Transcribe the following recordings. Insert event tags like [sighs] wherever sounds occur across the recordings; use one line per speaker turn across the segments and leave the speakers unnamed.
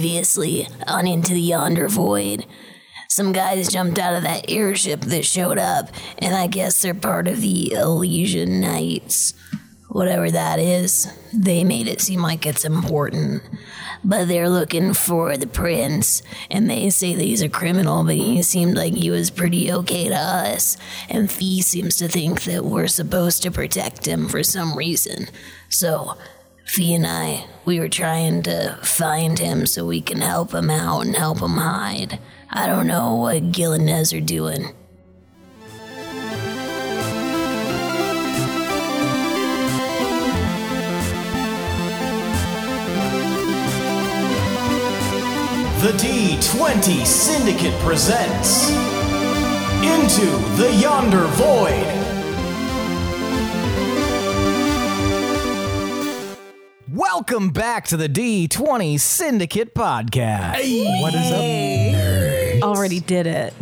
Previously, on Into the Yonder Void, some guys jumped out of that airship that showed up, and I guess they're part of the Elysian Knights. Whatever that is, they made it seem like it's important. But they're looking for the prince, and they say that he's a criminal, but he seemed like he was pretty okay to us. And Fee seems to think that we're supposed to protect him for some reason. So, Fee and I, we were trying to find him so we can help him out and help him hide. I don't know what Gil and Nez are doing.
The D20 Syndicate presents Into the Yonder Void. Welcome back to the D20 Syndicate podcast. What is up?
already did it.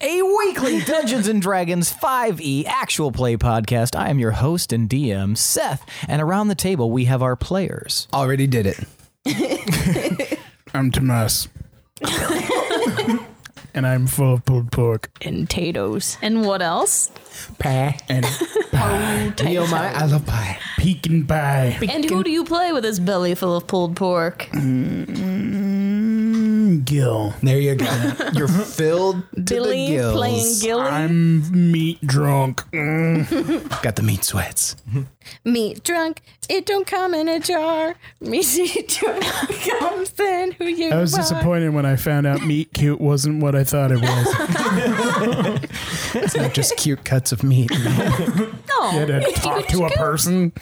A weekly Dungeons and Dragons 5e actual play podcast. I am your host and DM, Seth, and around the table we have our players.
Already did it.
[laughs]
[laughs]
I'm Tomas. and I'm full of pulled pork.
And potatoes. And what else?
Pie.
And
Yo, my, I love pie.
peeking pie.
And who do you play with this belly full of pulled pork?
Gill.
There you go. [laughs] You're filled to the
Billy
gills.
playing Gilly?
Ah.
I'm meat drunk.
[laughs] Got the meat sweats.
Meat drunk, it don't come in a jar. Meat [laughs] drunk comes in who you
I was
are.
disappointed when I found out meat cute wasn't what I thought
[laughs]
it was.
It's not just cute cuts
[laughs]
of meat.
No,
I had to
he's
talk to a person.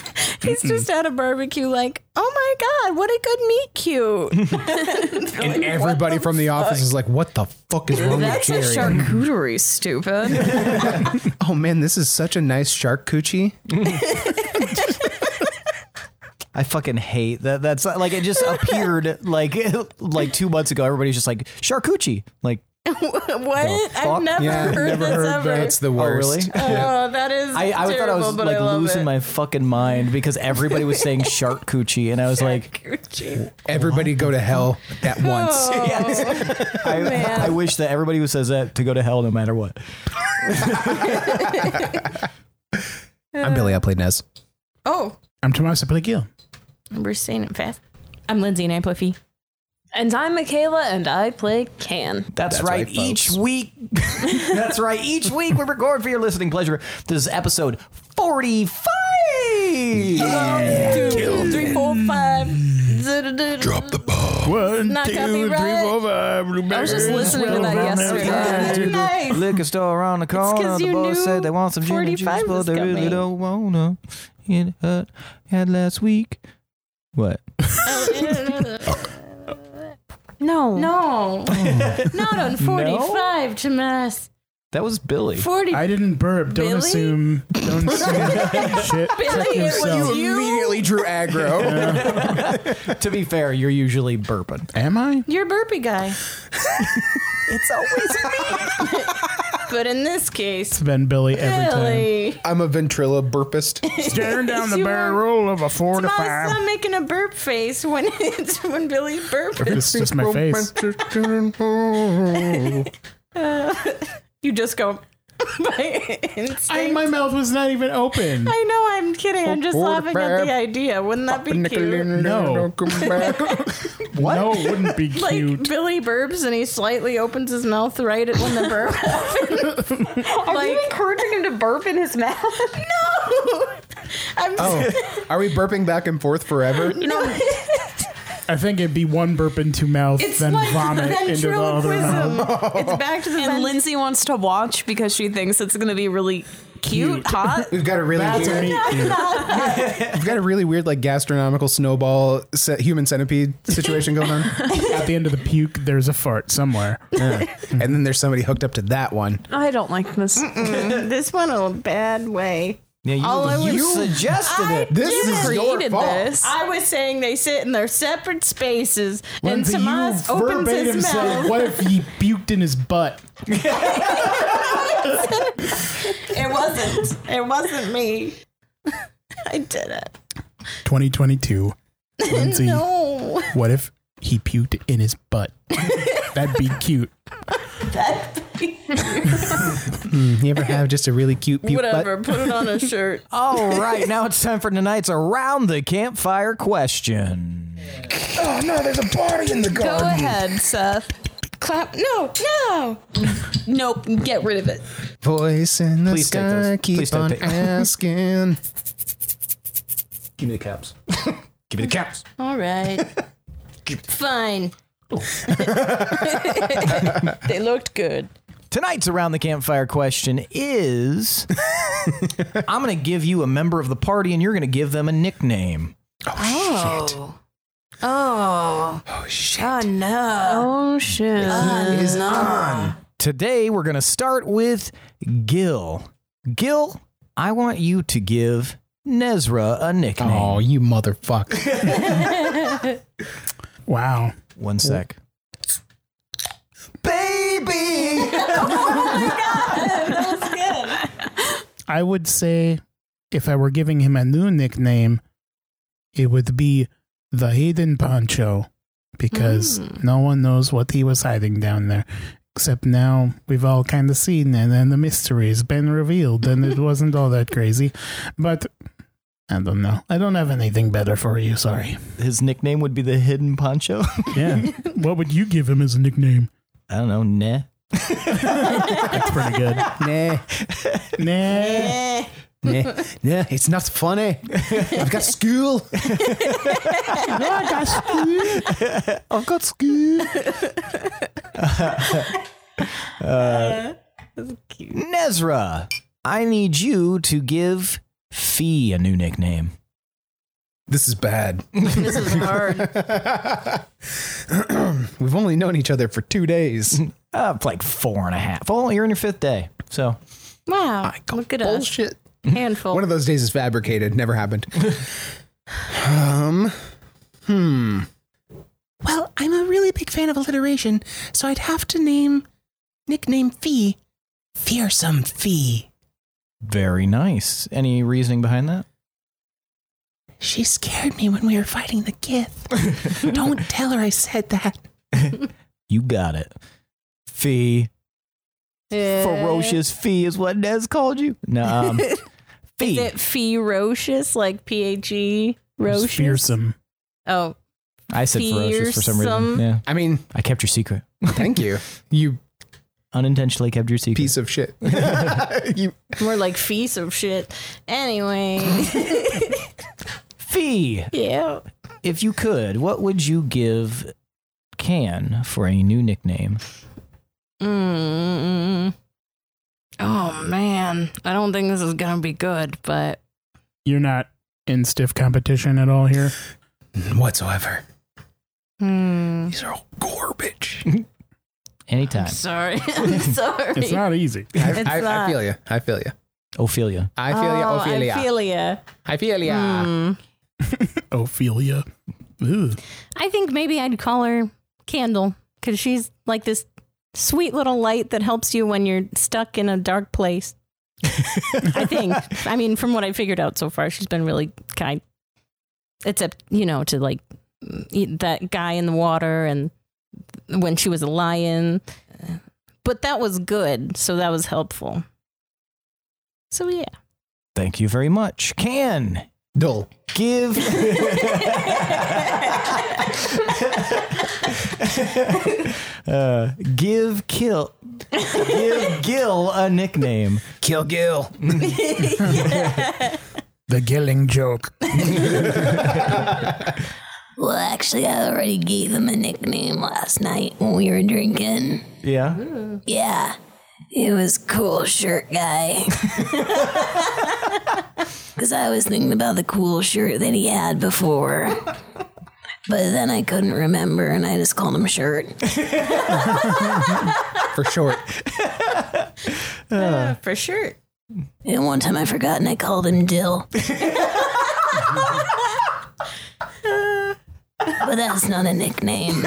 he's just at a barbecue like, oh my god, what a good meat
[laughs]
cute.
And everybody from the office is like, what the fuck is wrong
That's a
with Jerry?
[laughs]
charcuterie, stupid.
oh man, this is such a nice shark coochie.
I fucking hate that. That's like it
[laughs]
just appeared like like two months ago. Everybody's just like charcuterie. Like,
what?
fuck?
I've never
Yeah,
heard
never
this
heard
ever.
That's the worst.
really?
Oh, that is
I, I thought I
terrible,
was
but
like
I love
losing
it.
my fucking mind because everybody was
[laughs]
saying charcuterie, and I was like,
Everybody go to hell at once.
I, I wish that everybody who says that to go to hell no matter what.
I'm Billy. I play Nez.
Oh,
I'm Tomas. I play Gill.
We're saying it fast. I'm Lindsay and I play Fee. And I'm Michaela and I play Can.
That's,
That's
right.
right,
each
folks.
week, [laughs] that's right. Each week we record for your listening pleasure. This is episode forty-five.
Two, three, four, five. Drop the
One,
Not
two,
copyright.
three, four, five.
I was just listening to that yesterday. Nice.
Liquor store around the corner.
'cause
The
you
boys
knew
said they want some gin and juice,
45
but
was
they really
coming.
don't wanna. It hurt had last week. What?
No. No. Not on
45,
to mess.
That was
[laughs]
Billy.
40.
[laughs] I didn't burp. Don't
Billy?
assume.
[laughs]
Don't assume. Shit.
Billy,
Check
it was
yourself.
You-
immediately
[laughs]
drew aggro.
to be fair, you're usually burping.
Am I?
You're a burpee guy.
It's always
[laughs] But in this case,
It's been Billy every time.
Billy.
I'm a ventrilo burpist.
Staring down the
You are-
barrel of a four to
Mom,
five.
stop making a burp face when [laughs] it's when Billy burps.
It's just my face.
You just go [laughs] by instinct.
I, my mouth was not even open.
I know, I'm kidding. I'm just
Or
laughing at
crab.
the idea. Wouldn't that be cute?
No.
[laughs]
What?
No, it wouldn't be
Like
cute.
Billy burps and he slightly opens his mouth right at when the burp happens. like
encouraging him to burp in his mouth?
[laughs] no, I'm
Oh, are we burping back and forth forever?
no.
I think it'd be one burp into mouth,
It's
then
like [laughs]
vomit into the other mouth.
ventriloquism. it's back to the
And
vent-
Lindsay wants to watch because she thinks it's going to be really cute, hot.
We've got a really
That's a
weird,
meat cute.
we've got a really weird like gastronomical snowball se- human centipede situation
[laughs]
going on,
At the end of the puke, there's a fart somewhere.
and then there's somebody hooked up to that one.
I don't like this.
this one a bad way.
Yeah, you,
All Oh, I was-
you suggested it.
This
didn't
is your
created
fault.
this.
I was saying they sit in their separate spaces,
Lindsay,
and Tomas
you
opens
verbatim
his
said,
mouth.
"What if he puked in his butt?"
It wasn't. It wasn't me. I did it.
2022. Lindsay,
No.
what if he puked in his butt. That'd be cute.
You ever have just a really cute puke
Whatever. Put it on a shirt. [laughs]
[laughs]
All right, now it's time for tonight's around the campfire question.
Oh no, there's a body in the
Go ahead, Seth.
Um, Clap. No, no.
Nope, get rid of it.
Voice in the
Please take
sky,
those.
keep
Please don't
on
take-
asking.
Give me the
[laughs]
caps. Give me the caps.
All right. Fine. [laughs] they looked good.
Tonight's around the campfire question
[laughs]
is I'm going to give you a member of the party and you're going to give them a nickname.
Oh. Oh. Oh, shit. Oh, no.
Oh shit.
Is on.
Today we're going to start with Gil. Gil, I want you to give Nezra a nickname.
Oh,
[laughs]
you motherfucker. wow.
One sec. Baby!
I would say if I were giving him a new nickname, it would be the hidden poncho because no one knows what he was hiding down there. Except now we've all kind of seen it, and the mystery has been revealed, and it wasn't all that crazy. But I don't know. I don't have anything better for you. Sorry.
His nickname would be the Hidden Poncho. [laughs]
Yeah. what would you give him as a nickname?
I don't know, nah.
That's pretty good. [laughs]
Nah,
nah.
Eh.
nah, nah, it's
[laughs]
not funny. I've got school.
I've got school. Nezra, I need you to give Fee a new nickname.
This is bad.
This is hard.
[laughs] [clears throat] We've only known each other for two days.
Uh, like four and a half. Well, you're on your fifth day. So,
Wow. Look at us.
Bullshit.
Handful.
One of those days is fabricated. Never happened. um, hmm.
Well, I'm a really big fan of alliteration, so I'd have to name nickname Fee Fearsome Fee.
very nice. Any reasoning behind that?
She scared me when we were fighting the
[laughs]
Gith. Don't tell her I said that.
You got it. Fee.
Yeah.
Ferocious Fee is what Nez called you. No. Um,
[laughs] Is
fee.
it ferocious? Like P A G? Rocious?
Fearsome.
Oh,
I said ferocious for some reason.
fearsome?
Yeah.
I mean,
I kept your secret.
thank you. You
Unintentionally kept your secret.
piece of shit. you
more like feast of shit. [laughs] Anyway.
Fee.
yeah.
If you could, what would you give Can for a new nickname?
Mm. Oh man, I don't think this is gonna be good, but
You're not in stiff competition at all here.
whatsoever.
hmm,
These are all garbage.
Anytime.
[laughs] sorry, [laughs] I'm sorry.
It's not [laughs] easy.
I,
It's
I, I
not.
feel you. I feel you.
Ophelia.
I feel you.
Oh,
Ophelia.
Ophelia.
I feel you.
Hmm.
Ophelia. Ooh.
I think maybe I'd call her Candle because she's like this sweet little light that helps you when you're stuck in a dark place. I think. I mean, from what I figured out so far, she's been really kind. Except, you know, to like eat that guy in the water and when she was a lion. But that was good. So that was helpful. So, yeah.
Thank you very much. Can
Dull.
[laughs]
give uh, give kill give Gil a nickname.
Kill Gil.
The Gilling joke.
Well, actually, I already gave him a nickname last night when we were drinking.
Yeah.
Yeah, it was cool shirt guy. [laughs] Because I was thinking about the cool shirt that he had before. But then I couldn't remember and I just called him shirt.
For short.
For sure.
And one time I forgot and I called
[laughs]
him Dill. but that's not a nickname.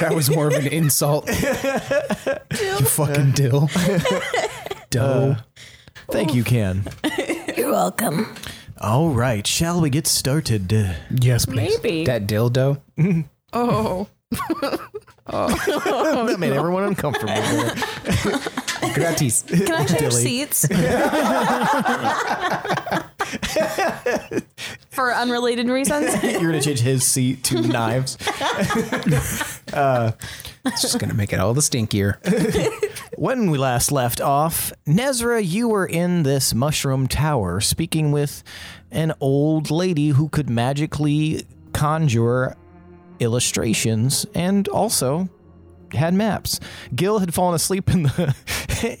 That was more of an insult. you fucking dill. Doe.
Thank you, Can.
You're welcome.
All right, shall we get [laughs] started?
Yes, please.
Maybe.
That dildo.
oh.
that made everyone uncomfortable. [laughs] there.
Gratis.
Can I change
Dilly.
seats? For unrelated reasons?
You're gonna change his seat
[laughs]
to knives.
It's just gonna make it all the stinkier.
When we last left off, Nezra, you were in this mushroom tower speaking with an old lady who could magically conjure illustrations and also had maps. Gil had fallen asleep in the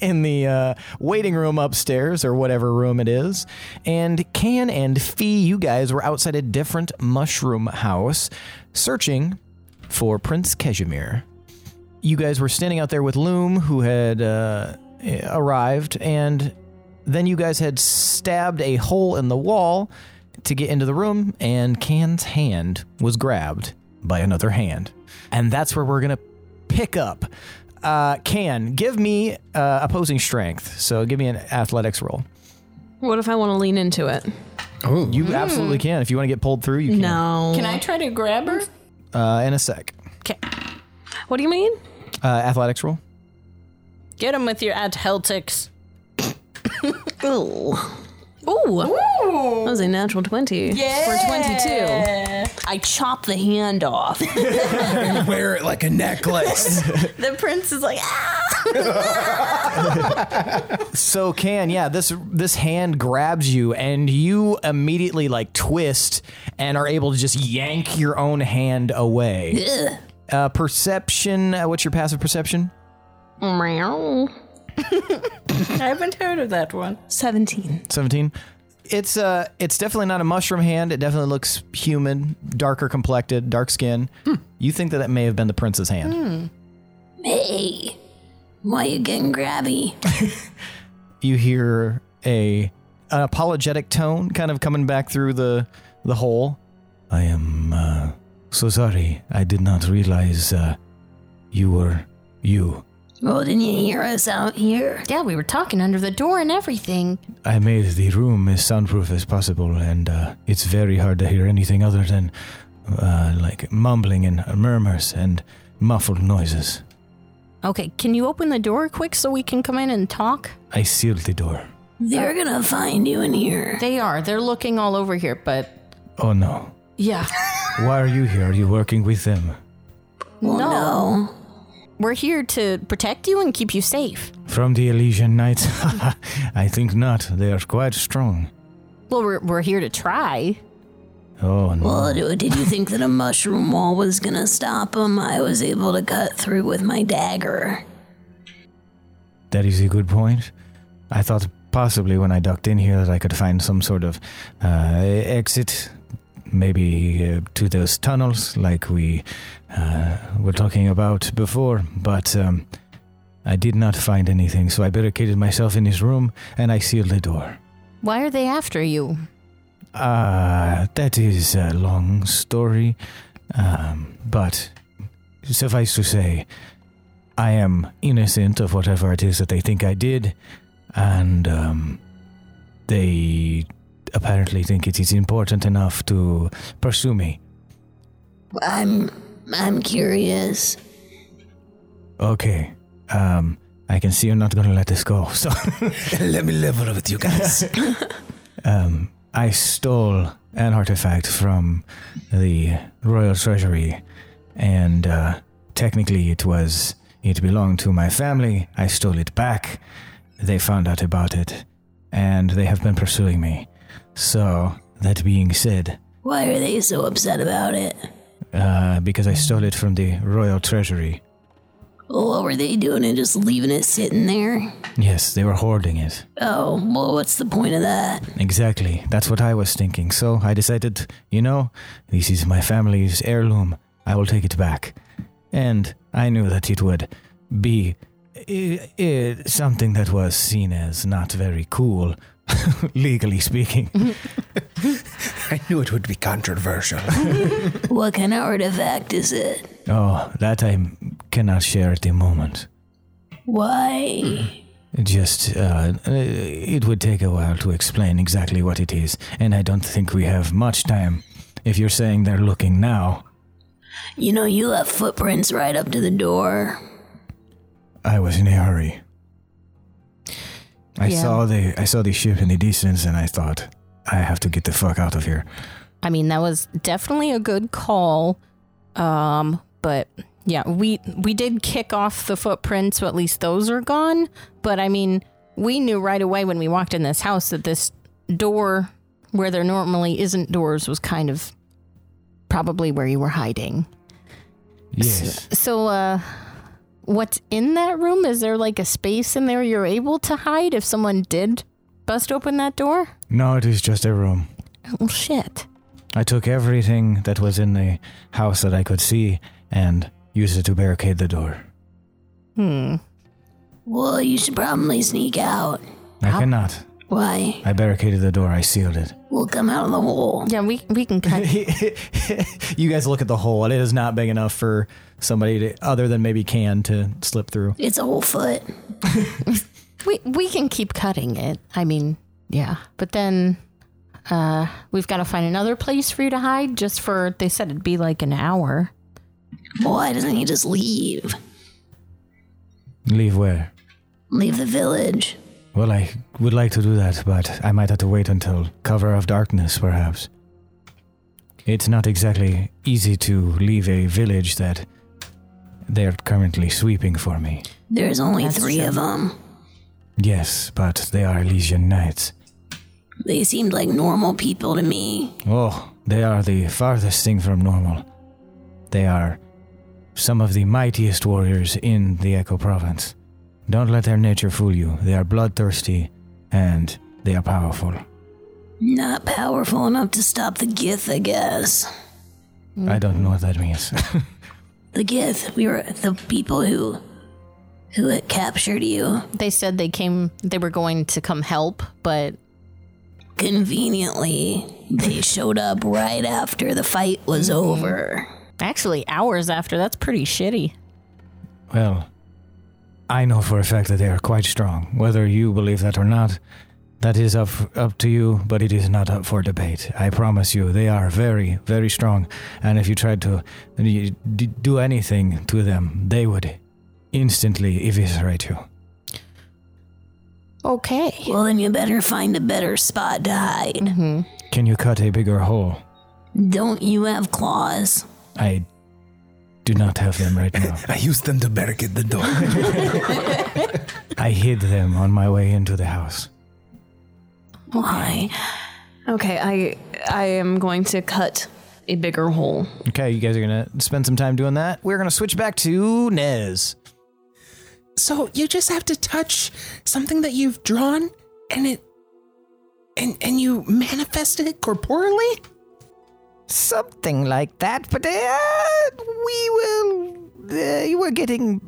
[laughs] in the uh, waiting room upstairs or whatever room it is, and Can and Fee, you guys were outside a different mushroom house searching for Prince Keshimir you guys were standing out there with Loom, who had uh, arrived, and then you guys had stabbed a hole in the wall to get into the room, and Can's hand was grabbed by another hand. And that's where we're going to pick up. Uh, Can, give me uh, opposing strength. So give me an athletics roll.
[laughs] What if I want to lean into it?
Oh,
You absolutely can. If you want to get pulled through, you can.
No.
Can I try to grab her?
Uh, in a sec.
What do you mean?
Uh, athletics roll.
Get him with your athletics.
Ooh. Ooh. That was a natural 20. Yeah. For 22. I chop the hand off.
[laughs] wear it like a necklace.
the prince is like, ah!
So can yeah this this hand grabs you and you immediately like twist and are able to just yank your own hand away. Uh, perception. Uh, what's your passive perception?
Meow.
I haven't heard of that one.
17.
Seventeen. It's uh it's definitely not a mushroom hand. It definitely looks human, darker complected, dark skin. You think that that may have been the prince's hand?
Hey, why you getting grabby?
you hear a an apologetic tone kind of coming back through the the hole. I am uh, so sorry. I did not realize uh, you were you.
Well, didn't you hear us out here?
Yeah, we were talking under the door and everything.
I made the room as soundproof as possible, and uh, it's very hard to hear anything other than uh, like mumbling and murmurs and muffled noises.
Okay, can you open the door quick so we can come in and talk?
I sealed the door.
They're gonna find you in here.
They are. They're looking all over here, but
Oh no.
yeah.
Why are you here? Are you working with them?
Well, no.
We're here to protect you and keep you safe.
From the Elysian Knights? [laughs] I think not. They are quite strong.
Well, we're, we're here to try.
Oh, no.
Well, d- did you think that a mushroom wall was gonna stop them? I was able to cut through with my dagger.
That is a good point. I thought possibly when I ducked in here that I could find some sort of uh, exit, maybe uh, to those tunnels like we uh, were talking about before, but um, I did not find anything, so I barricaded myself in this room and I sealed the door.
Why are they after you?
Uh, that is a long story, um, but suffice to say, I am innocent of whatever it is that they think I did, and um, they apparently think it is important enough to pursue me.
I'm, I'm curious.
Okay, um, I can see you're not going to let this go, [laughs] so.
[laughs] Let me level with you guys.
[laughs] Um, I stole an artifact from the royal treasury, and uh, technically it was it belonged to my family. I stole it back. They found out about it, and they have been pursuing me. So that being said,
Why are they so upset about it?
uh, because I stole it from the royal treasury,
Well, what were they doing and just leaving it sitting there?
yes, they were hoarding it.
Oh, well, what's the point of that?
Exactly. That's what I was thinking. So I decided, you know, this is my family's heirloom. I will take it back. And I knew that it would be i i something that was seen as not very cool, [laughs] legally speaking.
I knew it would be controversial.
What kind of artifact is it?
oh, that I m- cannot share at the moment.
Why?
Just, uh, it would take a while to explain exactly what it is, and I don't think we have much time. If you're saying they're looking now,
You know, you left footprints right up to the door.
I was in a hurry. I
Yeah.
saw the I saw the ship in the distance, and I thought, I have to get the fuck out of here.
I mean, that was definitely a good call. Um, but yeah, we we did kick off the footprints, so at least those are gone. But I mean, we knew right away when we walked in this house that this door where there normally isn't doors was kind of probably where you were hiding.
Yes,
So uh what's in that room? Is there like a space in there you're able to hide if someone did bust open that door?
no, it is just a room.
Oh shit.
I took everything that was in the house that I could see and used it to barricade the door.
Hmm.
Well, you should probably sneak out.
I cannot.
Why?
I barricaded the door. I sealed it.
We'll come out of the hole.
Yeah, we we can kind
[laughs]
[laughs]
you guys look at the hole, and it is not big enough for somebody to, other than maybe Can to slip through.
It's a whole foot.
We we can keep cutting it. I mean, yeah. But then uh we've got to find another place for you to hide just for they said it'd be like an hour.
Why doesn't he just leave?
Leave where?
Leave the village.
Well, I would like to do that, but I might have to wait until cover of darkness, perhaps. It's not exactly easy to leave a village that they're currently sweeping for me.
There's only
That's
three
true.
of 'em. of them.
Yes, but they are Elysian Knights.
They seemed like normal people to me.
Oh, they are the farthest thing from normal. They are some of the mightiest warriors in the Echo Province. Don't let their nature fool you. They are bloodthirsty and they are powerful.
Not powerful enough to stop the Gith, I guess.
I don't know what that means. [laughs]
The Gith, we were the people who who had captured you.
They said they came they were going to come help, but
Conveniently, they showed up right after the fight was over.
actually hours after that's pretty shitty.
well, I know for a fact that they are quite strong. Whether you believe that or not, that is up, up to you, but it is not up for debate. I promise you, they are very, very strong. And if you tried to d- do anything to them, they would instantly eviscerate you.
Okay.
Well, then you better find a better spot to hide.
Can you cut a bigger hole?
Don't you have claws?
I do not have them right now.
[laughs] I used them to barricade the door.
[laughs] I hid them on my way into the house.
Why?
Okay, I I am going to cut a bigger hole.
Okay, you guys are going to spend some time doing that. We're going to switch back to Nez.
So you just have to touch something that you've drawn and it and and you manifested it corporally?
something like that. But uh, we will. Uh, you were getting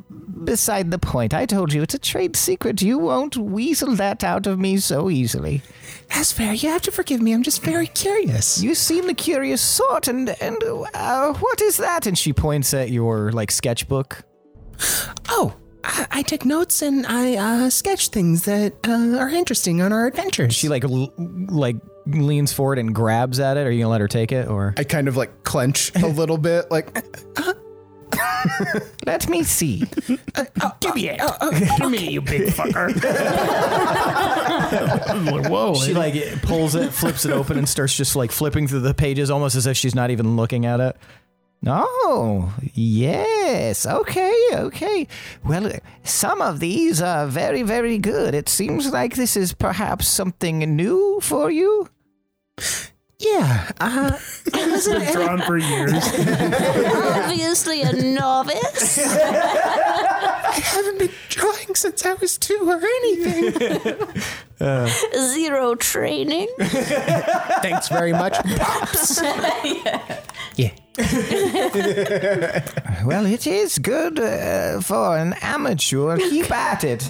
beside the point. I told you it's a trade secret. You won't weasel that out of me so easily.
That's fair. You have to forgive me. I'm just very curious.
You seem the curious sort. And and uh, what is that? And she points at your like sketchbook.
Oh, I, I take notes and I uh, sketch things that uh, are interesting on our adventures.
She like l- like leans forward and grabs at it. Are you gonna let her take it or?
I kind of like clench a little bit, like
Let me
[laughs]
see.
give me it.
Whoa.
she like pulls it, flips it open, and starts just like flipping through the pages, almost as if she's not even looking at it. Oh, yes. Okay, okay. Well, some of these are very, very good. It seems like this is perhaps something new for you.
yeah. Uh,
drawn for years. [laughs]
Obviously a novice.
[laughs] I haven't been drawing since I was two or anything.
Zero training.
thanks very much. [laughs]
Well, it is good uh, for an
[laughs]
amateur. Keep at it.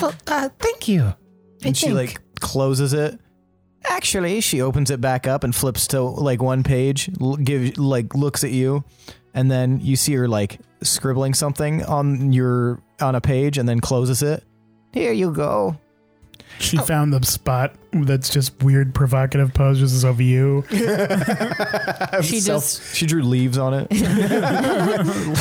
well, uh, thank you.
and she like closes it. Actually, she opens it back up and flips to like one page, l- give like looks at you, and then you see her like scribbling something on your on a page, and then closes it,
Here you go.
She found the spot that's just weird, provocative poses of you.
She just
She drew leaves on
[laughs]
it.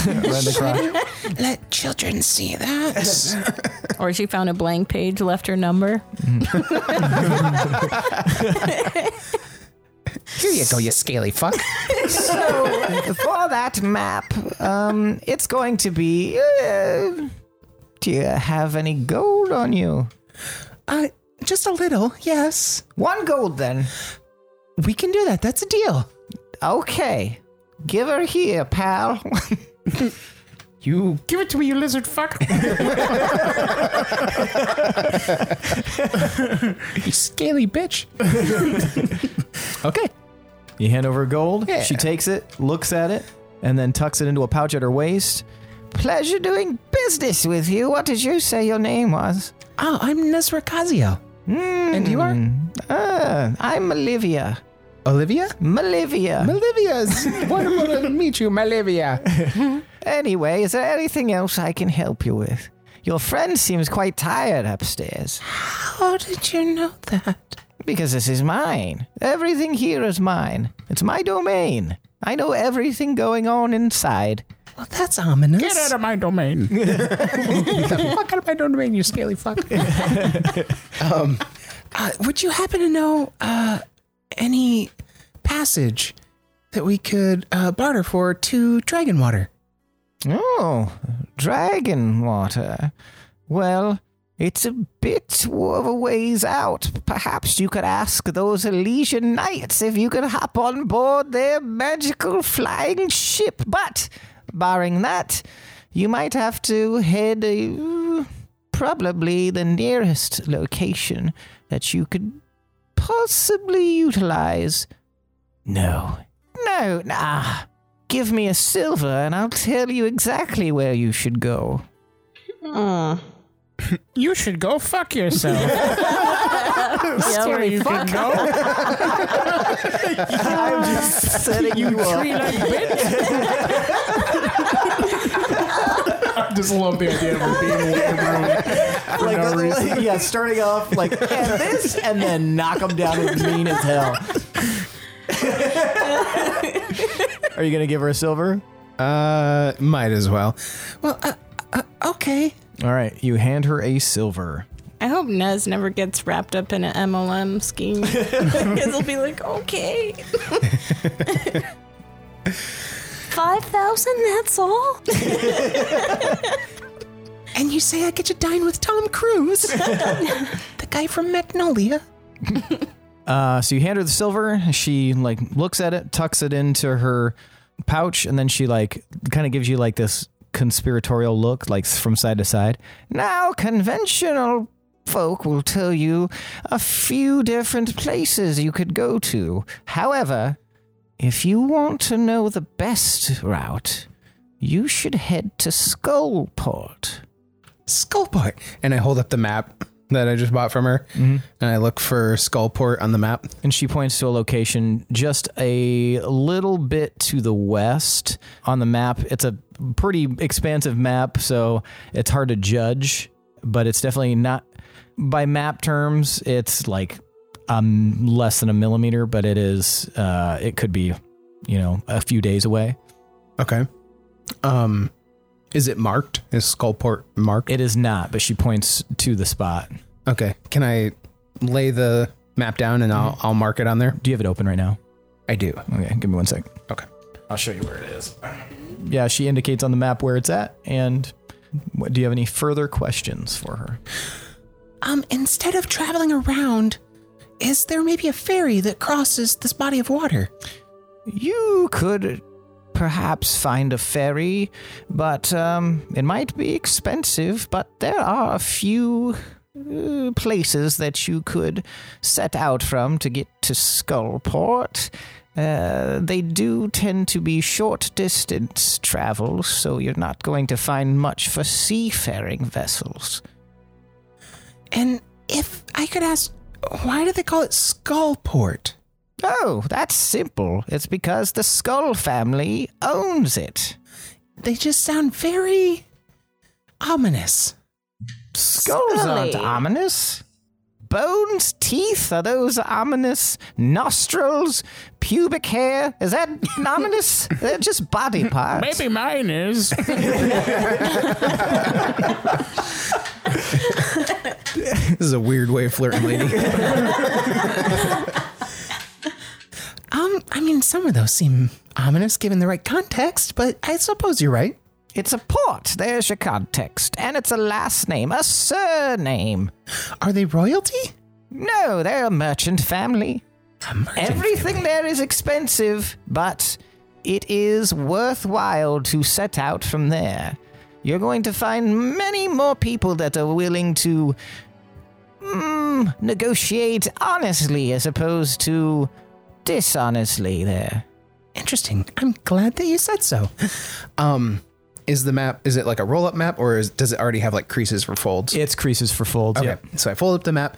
Miranda Crock.
Let children
[laughs]
see that.
or she found a blank page, left her number.
Here you go, you scaly fuck.
[laughs] so for that map, um, it's going to be. Uh, do you have any gold on you?
Uh, just a little, yes.
One gold, then.
We can do that. That's a deal.
Okay, give her here,
[laughs]
pal. you
Give it to me, you lizard fuck.
You scaly bitch. okay.
You hand over gold.
Yeah.
She takes it, looks at [laughs] it, and then tucks it into a pouch at her waist. Pleasure doing business with you. What did you say your name was?
Oh, I'm Nesra Casio. And you are?
Uh, I'm Olivia.
Olivia?
Malivia.
Olivia's wonderful to meet you, Malivia.
anyway, is there anything else I can help you with? Your friend seems quite tired upstairs.
How did you know that?
Because this is mine. Everything here is mine. It's my domain. I know everything going on inside.
Well, that's ominous.
Get out of my [laughs] domain.
fuck out of my domain, you scaly
[laughs]
fuck. um, uh, would you happen to know uh, any passage that we could uh, barter for to Dragon Water?
Oh, dragon water. Well, it's a bit of a ways out. Perhaps you could ask those Elysian knights if you could hop on board their magical flying ship. But, barring that, you might have to head uh, probably the nearest location that you could possibly utilize. No. No, nah. Give me a silver and I'll tell you exactly where you should go.
You should go fuck [laughs] yourself. Sorry, you can go.
I'm just setting you up.
Tree like bitch. I [laughs] just love the idea of her being in [laughs] the room for no reason.
[laughs] yeah, starting off like [laughs] and this, and then knock them down as mean as [laughs] hell. Are you gonna give her a silver?
Uh, might as well.
Well, uh, uh, okay.
All right, you hand her a silver.
I hope Nez never gets wrapped up in an MLM [laughs] scheme. Because he'll be like, okay.
5,000? That's all?
And you say I get to dine with Tom Cruise, the guy from Magnolia.
Uh, so you hand her the silver. She like looks at it, tucks it into her pouch, and then she like kind of gives you like this conspiratorial look, like from side to side. Now, conventional folk will tell you a few different places you could go to. However, if you want to know the best route, you should head to Skullport.
Skullport. And I hold up the map that I just bought from her, and I look for Skullport on the map.
and she points to a location just a little bit to the west on the map. It's a pretty expansive map, so it's hard to judge, but it's definitely not by map terms. It's like um less than a millimeter, but it is uh it could be, you know, a few days away.
Okay. Um, is it marked? Is Skullport marked?
It is not, but she points to the spot.
okay. Can I lay the map down and I'll I'll mark it on there?
Do you have it open right now?
I do.
Okay, give me one sec.
Okay.
I'll show you where it is. Yeah, she indicates on the map where it's at. And what, do you have any further questions for her?
Um, instead of traveling around, is there maybe a ferry that crosses this body of water?
You could perhaps find a ferry, but um, it might be expensive. But there are a few uh, places that you could set out from to get to Skullport. Uh, they do tend to be short distance travel, so you're not going to find much for seafaring vessels.
And if I could ask, why do they call it Skullport?
Oh, that's simple. It's because the Skull family owns it.
They just sound very ominous.
Skulls aren't
Scully.
ominous. Bones, teeth, are those ominous? Nostrils, pubic hair, is that ominous? They're just body parts.
Maybe mine [laughs] is.
[laughs] This is a weird way of flirting,
[laughs]
lady.
Um, I mean, some of those seem ominous given the right context, but I suppose you're right.
It's a port, there's your context. And it's a last name, a surname.
Are they royalty?
No, they're a merchant family. Everything there is expensive, but it is worthwhile to set out from there. You're going to find many more people that are willing to mm, negotiate honestly as opposed to dishonestly there.
Interesting. I'm glad that you said so.
[laughs] Um, is the map? Is it like a roll-up map, or is, does it already have like creases for folds?
It's creases for folds,
okay. So I fold up the map.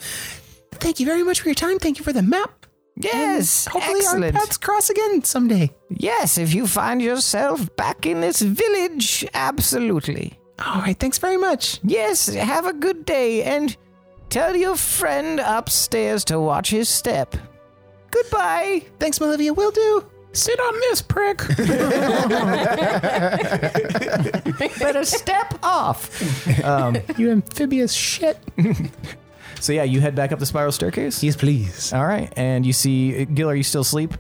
Thank you very much for your time. Thank you for the map.
Yes,
Hopefully
excellent.
our paths cross again someday.
Yes, if you find yourself back in this village, absolutely.
All right. Thanks very much.
Yes, have a good day and tell your friend upstairs to watch his step. Goodbye.
Thanks, Melivia. Will do.
Sit on this prick.
Better step off.
you amphibious shit.
So yeah, you head back up the spiral staircase.
Yes, please.
All right, and you see Gil. Are you still asleep?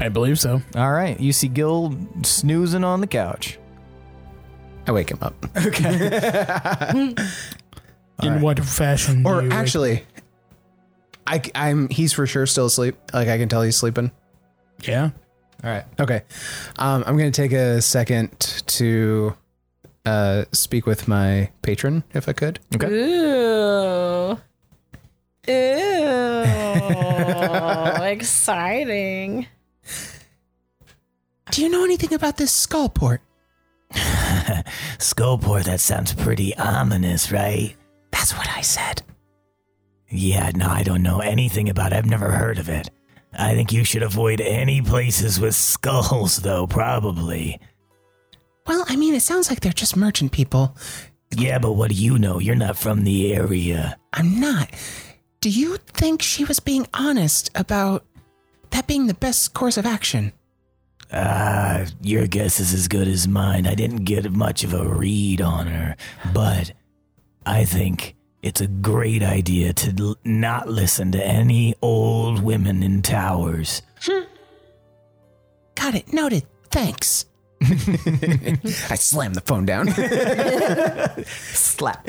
I believe so.
All right, you see Gil snoozing on the couch.
I wake him up.
In what fashion?
Or
do you like-
actually, I, I'm he's for sure still asleep. Like I can tell he's sleeping.
yeah.
All right. Okay. Um, I'm going to take a second to uh, speak with my patron, if I could.
Ooh. Ooh. Exciting.
Do you know anything about this skull port?
Skullport, that sounds pretty ominous, right?
That's what I said.
Yeah, no, I don't know anything about it. I've never heard of it. I think you should avoid any places with skulls, though, probably.
Well, I mean, it sounds like they're just merchant people.
Yeah, but what do you know? You're not from the area.
I'm not. Do you think she was being honest about that being the best course of action?
Ah, your guess is as good as mine. I didn't get much of a read on her, but I think it's a great idea to l- not listen to any old women in towers.
Got it. Noted. Thanks.
I slam the
[laughs]
phone down. Slap. [laughs]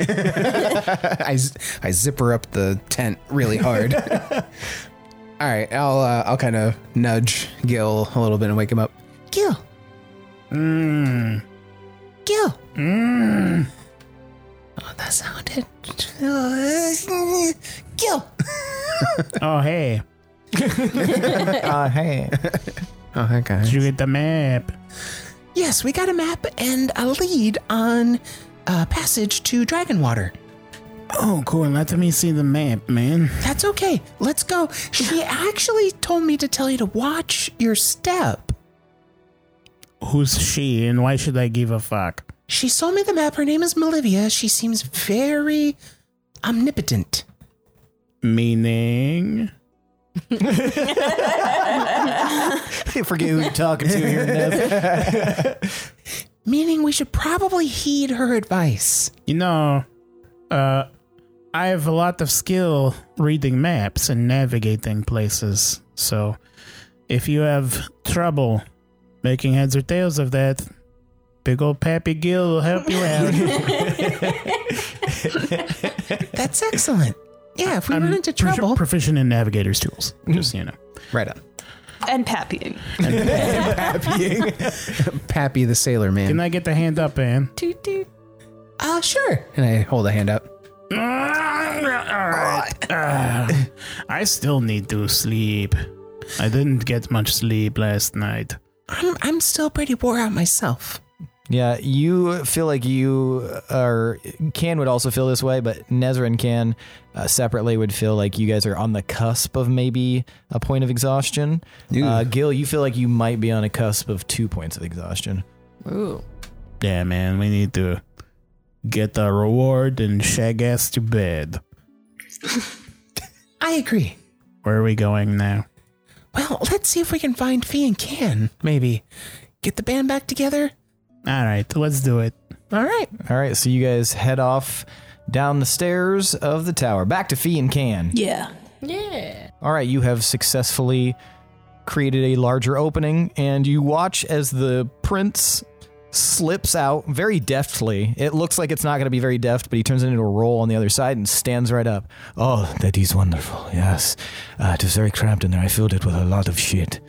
I, z- I zipper up the tent really hard.
[laughs]
All right. I'll, uh, I'll kind of nudge Gil a little bit and wake him up.
Gil.
Mm.
Gil.
Mm.
Oh, that sounded. Gil.
Oh, hey.
Uh, hey.
Oh, okay.
Did you get the map?
Yes, we got a map and a lead on a passage to Dragonwater.
Oh, cool. Let me see the map, man.
That's okay. Let's go. She actually told me to tell you to watch your step.
Who's she and why should I give a fuck?
She sold me the map. Her name is Melivia. She seems very omnipotent.
Meaning?
[laughs] I forget who you're talking to here, Nev.
meaning we should probably heed her advice.
You know, uh, I have a lot of skill reading maps and navigating places. So, if you have trouble making heads or tails of that, big old Pappy Gill will help you out.
[laughs] That's excellent. Yeah, if we run into
profi-
trouble,
proficient in navigator's tools. Just so you know.
Right on.
And pappying.
Pappy the sailor man.
Can I get the hand up, Anne?
Toot toot.
uh, sure.
and I hold a hand up.
All right. Ah, I still need to sleep. I didn't get much sleep last night.
I'm, I'm still pretty wore out myself.
[laughs] Yeah, you feel like you are. Can would also feel this way, but Nezra and Can uh, separately would feel like you guys are on the cusp of maybe a point of exhaustion. Uh, Gil, you feel like you might be on a cusp of two points of exhaustion.
Ooh.
Yeah, man, we need to get a reward and shag ass to bed.
I agree.
Where are we going now?
Well, let's see if we can find Fee and Can, maybe. Get the band back together.
All right, let's do it. [laughs]
All right.
All right, so you guys head off down the stairs of the tower, back to Fee and Can.
Yeah.
All right, you have successfully created a larger opening, and you watch as the prince slips out very deftly. It looks like it's not going to be very deft, but he turns it into a roll on the other side and stands right up. Oh, that is wonderful. Yes. Uh, it was very cramped in there. I filled it with a lot of shit.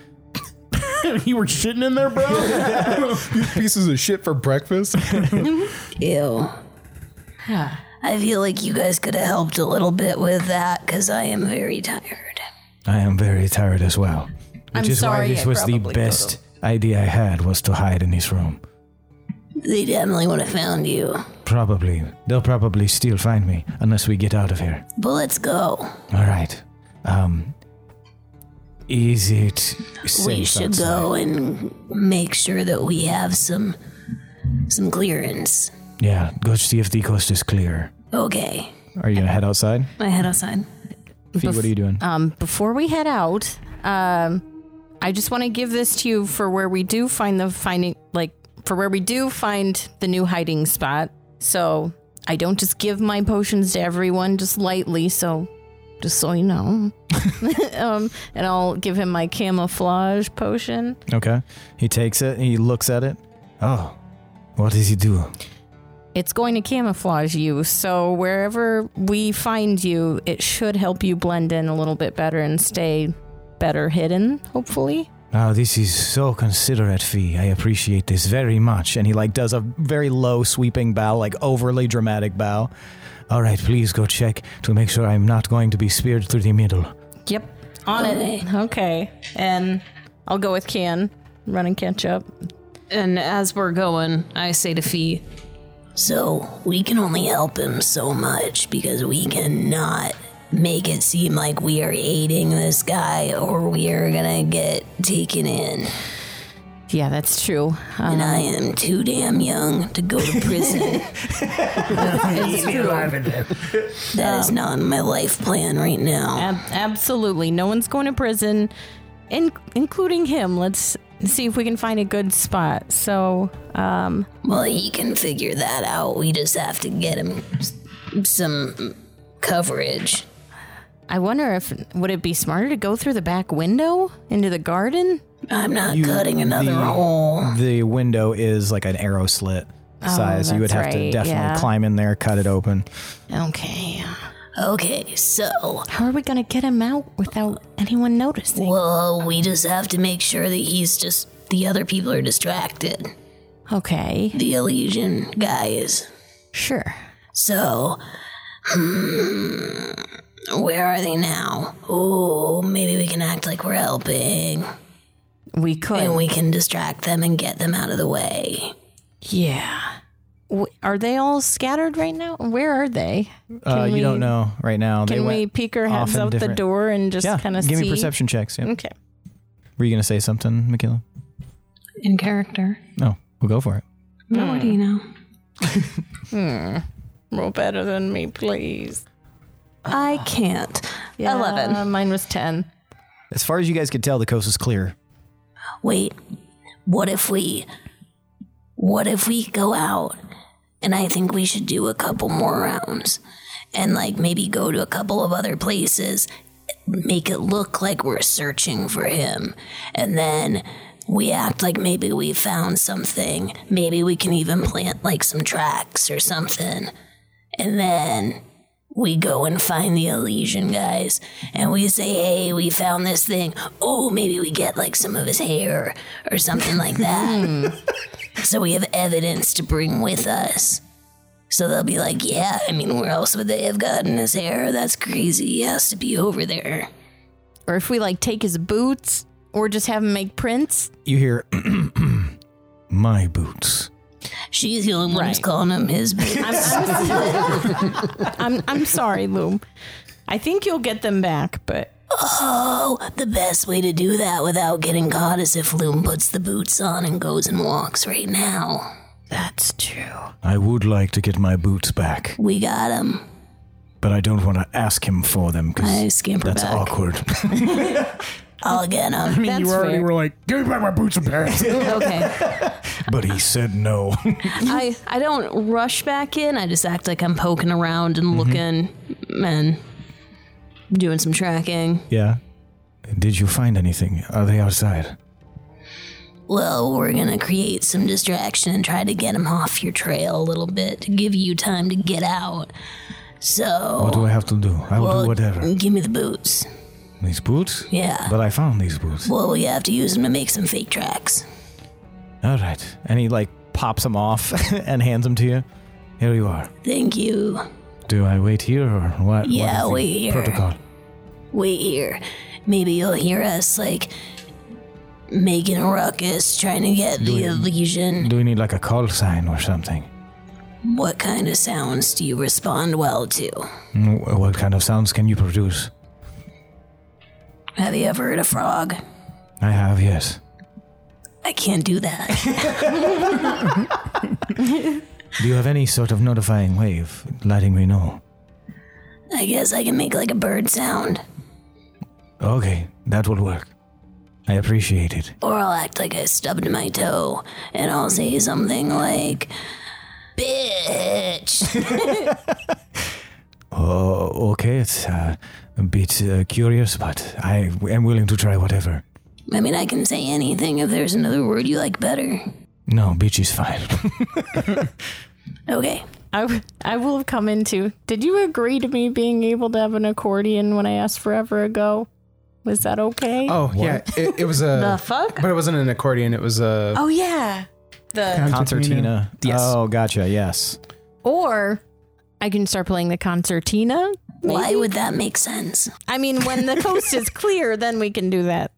you were shitting
[laughs]
in there, bro?
[laughs] Pieces of shit for breakfast.
Ew. I feel like you guys could have helped a little bit with that because I am very tired.
I am very tired as well.
I'm
Which
is why sorry, this I was the probably best
idea I had was to hide in this room.
They definitely would have found you.
Probably. They'll probably still find me unless we get out of here.
But let's go.
All right. Um is it
we
safe
should
outside?
go and make sure that we have some some clearance.
Yeah, go see if the coast is clear.
Okay.
Are you going to head outside?
I head outside.
Fee, what are you doing?
Um, before we head out, um, I just want to give this to you for where we do find the finding, like for where we do find the new hiding spot. So I don't just give my potions to everyone just lightly. So just so you know, [laughs] um, and I'll give him my camouflage potion.
uh,
Okay. He takes it, he looks at it. Oh. What does he do?
It's going to camouflage you, so wherever we find you, it should help you blend in a little bit better and stay better hidden, hopefully.
Oh, this is so considerate, Fee. I appreciate this very much. And he like does a very low sweeping bow, like overly dramatic bow. All right, please go check to make sure I'm not going to be speared through the middle.
Yep. On it. Okay. And I'll go with Can. Run and catch up.
And as we're going, I say to Fee,
So we can only help him so much because we cannot make it seem like we are aiding this guy or we are gonna get taken in.
Yeah, that's true.
And I am too damn young to go to
[laughs]
prison. That is not my life plan right now.
Ab- absolutely. No one's going to prison, in- including him. Let's see if we can find a good spot. So, um,
Well, he can figure that out. We just have to get him s- some coverage.
I wonder if would it be smarter to go through the back window into the garden?
I'm not cutting another hole.
The window is like an arrow slit size. You would have
Oh, that's
to
right,
definitely
yeah.
climb in there, cut it open.
Okay.
Okay, so
How are we gonna get him out without anyone noticing?
Well, we just have to make sure that he's just the other people are distracted.
Okay.
The Elysian guys.
Sure.
So, hmm, where are they now? Oh, maybe we can act like we're helping,
We could.
and we can distract them and get them out of the way.
yeah. W- are they all scattered right now? Where are they?
Uh, you
we-
don't know right now. They
Can
went
we peek our heads
off in
out the
different-
door and just
Yeah,
kind of see?
give me perception checks. Yeah.
Okay.
Were you going to say something, Michaela?
in character.
No, we'll go for it.
Now What do you know?
Hmm. Roll better than me, please.
I can't.
Uh, mine was ten.
As far as you guys could tell, the coast is clear.
Wait, what if we, what if we go out? And I think we should do a couple more rounds, and like maybe go to a couple of other places, make it look like we're searching for him, and then. We act like maybe we found something. Maybe we can even plant like some tracks or something. And then we go and find the Elysian guys and we say, hey, we found this thing. Oh, maybe we get like some of his hair or something like that. so we have evidence to bring with us. So they'll be like, yeah, I mean, where else would they have gotten his hair? That's crazy. He has to be over there.
Or if we like take his boots, or just have him make prints.
You hear, my boots.
She's the only one who's
Right.
calling him his.
I'm, I'm- I'm, I'm [laughs] sorry, Loom. I think you'll get them back, but
oh, the best way to do that without getting caught is if Loom puts the boots on and goes and walks right now. That's true.
I would like to get my boots back,
We got him.
but I don't want to ask him for them
I
because
scamper
that's
back.
awkward.
I'll get him.
I mean, you
That's
already
fair.
were like, give me back my
[laughs]
boots and pants.
Okay.
but he said no.
[laughs]
I, I don't rush back in. I just act like I'm poking around
Mm-hmm.
and looking and doing some tracking.
yeah. Did you find anything? Are they outside?
Well, we're gonna create some distraction and try to get him off your trail a little bit to give you time to get out.
What
So,
do I have to do? I will do
mm.
whatever.
give me the boots.
These boots?
Yeah.
But I found these boots.
Well, we have to use them to make some fake tracks.
All right. And he like pops them
[laughs]
off and hands them to you. Here you are.
Thank you.
Do I wait here or what? what is
Yeah,
the
wait here.
Protocol.
Wait here. Maybe you'll hear us like making a ruckus, trying to get the illusion.
Do we need like a call sign or something?
What kind of sounds do you respond well to?
Mm, What kind of sounds can you produce?
Have you ever heard a frog?
I have, yes.
I can't do that.
Do you have any sort of notifying wave letting me know?
I guess I can make like a bird sound,
Okay, that will work. I appreciate it.
or I'll act like I stubbed my toe, and I'll say something like, "Bitch."
Oh, okay, it's uh, a bit uh, curious, but I am willing to try whatever.
I mean, I can say anything if there's another word you like better.
No, bitch is
[laughs]
fine.
Okay.
I, w- I will have come into. Did you agree to me being able to have an accordion when I asked forever ago? Was that okay?
[laughs] Oh yeah, it, it was a.
fuck?
But it wasn't an accordion. It was a.
Oh yeah. The
Concertina.
Yes.
Oh, gotcha. Yes.
Or I can start playing the concertina.
Why would that make sense?
I mean, when the coast is clear, then we can do that.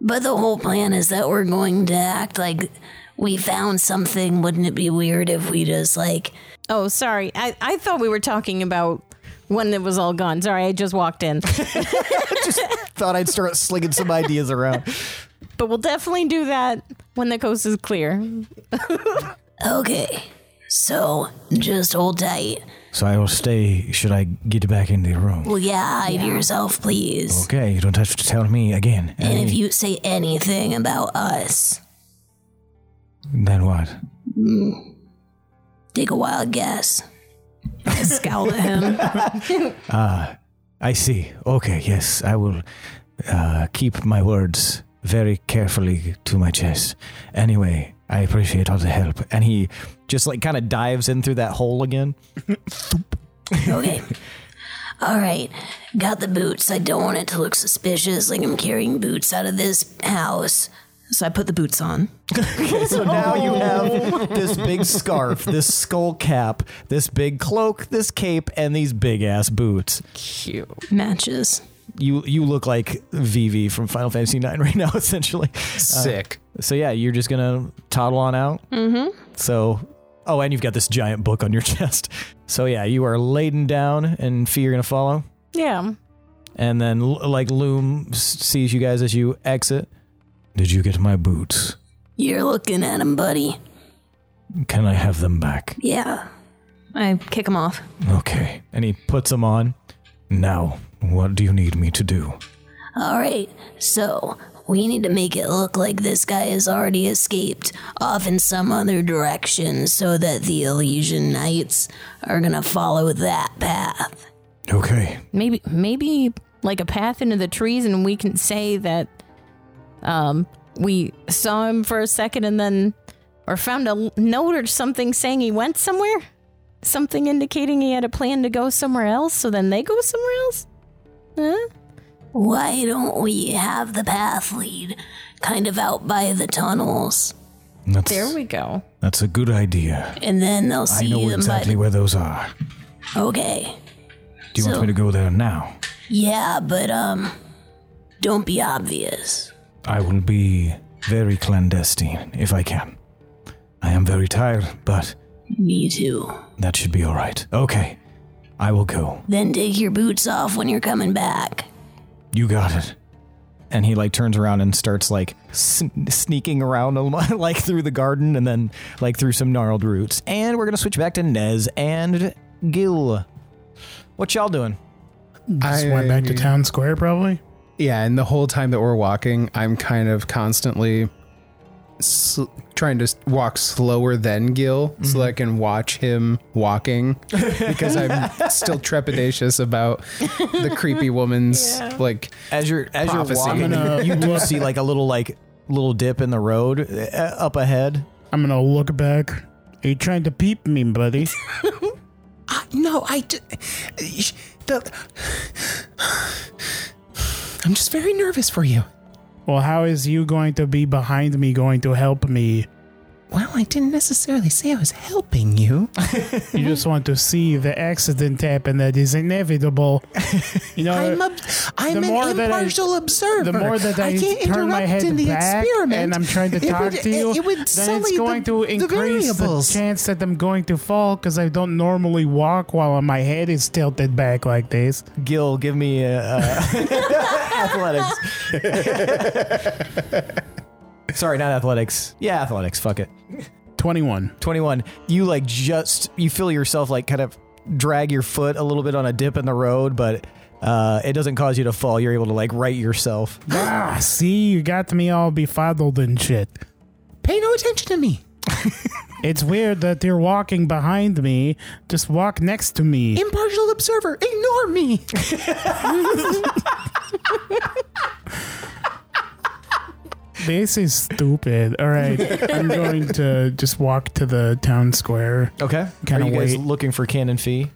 But the whole plan is that we're going to act like we found something. Wouldn't it be weird if we just like
Oh, sorry. I, I thought we were talking about when it was all gone. Sorry, I just
[laughs]
walked in.
Thought I'd start slinging some ideas around.
but we'll definitely do that when the coast is clear.
Okay. So just hold tight.
[laughs] so I will stay. Should I get back in the room?
Well, yeah, hide yourself, please.
Okay, you don't have to tell me again.
And if
Any-
you say anything about us,
then what?
take a wild guess.
[laughs] Scowl at him.
I see. Okay, yes, I will uh, keep my words very carefully to my chest. Anyway, I appreciate all the help.
And he just like kind of dives in through that hole again.
Okay. All right. Got the boots. I don't want it to look suspicious like I'm carrying boots out of this house.
So I put the boots on.
So now you have this big scarf, this skull cap, this big cloak, this cape, and these big ass boots.
Cute. Matches.
You you look like Vivi from Final Fantasy IX right now, [laughs] essentially.
Sick.
So yeah, you're just gonna toddle on out. Mm-hmm. So, oh, and you've got this giant book on your [laughs] chest. So yeah, you are laden down, and Fee, you're gonna follow.
Yeah.
And then l- like Loom s- sees you guys as you exit.
Did you get my boots?
You're looking at him, buddy.
Can I have them back?
Yeah.
I kick him off.
Okay.
And he puts them on.
Now, what do you need me to do?
All right. So we need to make it look like this guy has already escaped off in some other direction so that the Elysian Knights are going to follow that path.
Okay.
Maybe maybe like a path into the trees and we can say that um we saw him for a second and then or found a l- note or something saying he went somewhere. Something indicating he had a plan to go somewhere else, so then they go somewhere else? Huh?
Why don't we have the path lead kind of out by the tunnels?
That's,
There we go.
that's a good idea.
And then they'll
I
see
know
them
exactly where those are.
by. Okay.
Do you want
So-
me to go there now?
Yeah, but, um, don't be obvious.
I will be very clandestine if I can. I am very tired, but
Me too.
that should be all right. Okay. I will go.
Then take your boots off when you're coming back.
You got it.
and he like turns around and starts like sn- sneaking around a lot, [laughs] like through the garden and then like through some gnarled roots. And we're gonna switch back to Nez and Gil. What y'all doing?
Just went back to town square, probably.
Yeah, and the whole time that we're walking, I'm kind of constantly sl- trying to s- walk slower than Gil so that I can watch him [laughs] walking because I'm still trepidatious about the creepy woman's like
as you're as you're
prophecy.
walking,
gonna-
you do see like a little like little dip in the road uh, up ahead.
I'm gonna look back. Are you trying to peep me, buddy?
Uh, no, I. D- the- I'm just very nervous for you.
well, how is you going to be behind me going to help me?
Well, I didn't necessarily say I was helping you.
You
Mm-hmm.
just want to see the accident happen that is
[laughs]
inevitable. You know,
I'm a, I'm
the more
an
that I-
impartial observer.
the more that I,
can't
turn
interrupt
my head
in the
back
experiment,
and I'm trying to
it
talk
would-
to you,
it, it would
then
sully
it's going
the,
to
the
increase the,
variables.
chance that I'm going to fall because I don't normally walk while my head is tilted back like this.
Gil, give me uh, uh, athletics. Sorry, not athletics. Yeah, athletics. Fuck it.
[gasps]
21.
21 you like just you feel yourself like kind of drag your foot a little bit on a dip in the road but uh, it doesn't cause you to fall you're able to like right yourself
Ah, see, you got me all befuddled and shit.
Pay no attention to me.
It's weird that you're walking behind me. Just walk next to me.
Impartial observer, ignore me.
This is stupid. All right, I'm going to just walk to the town square.
okay
Kinda
are you guys
wait.
looking for cannon fee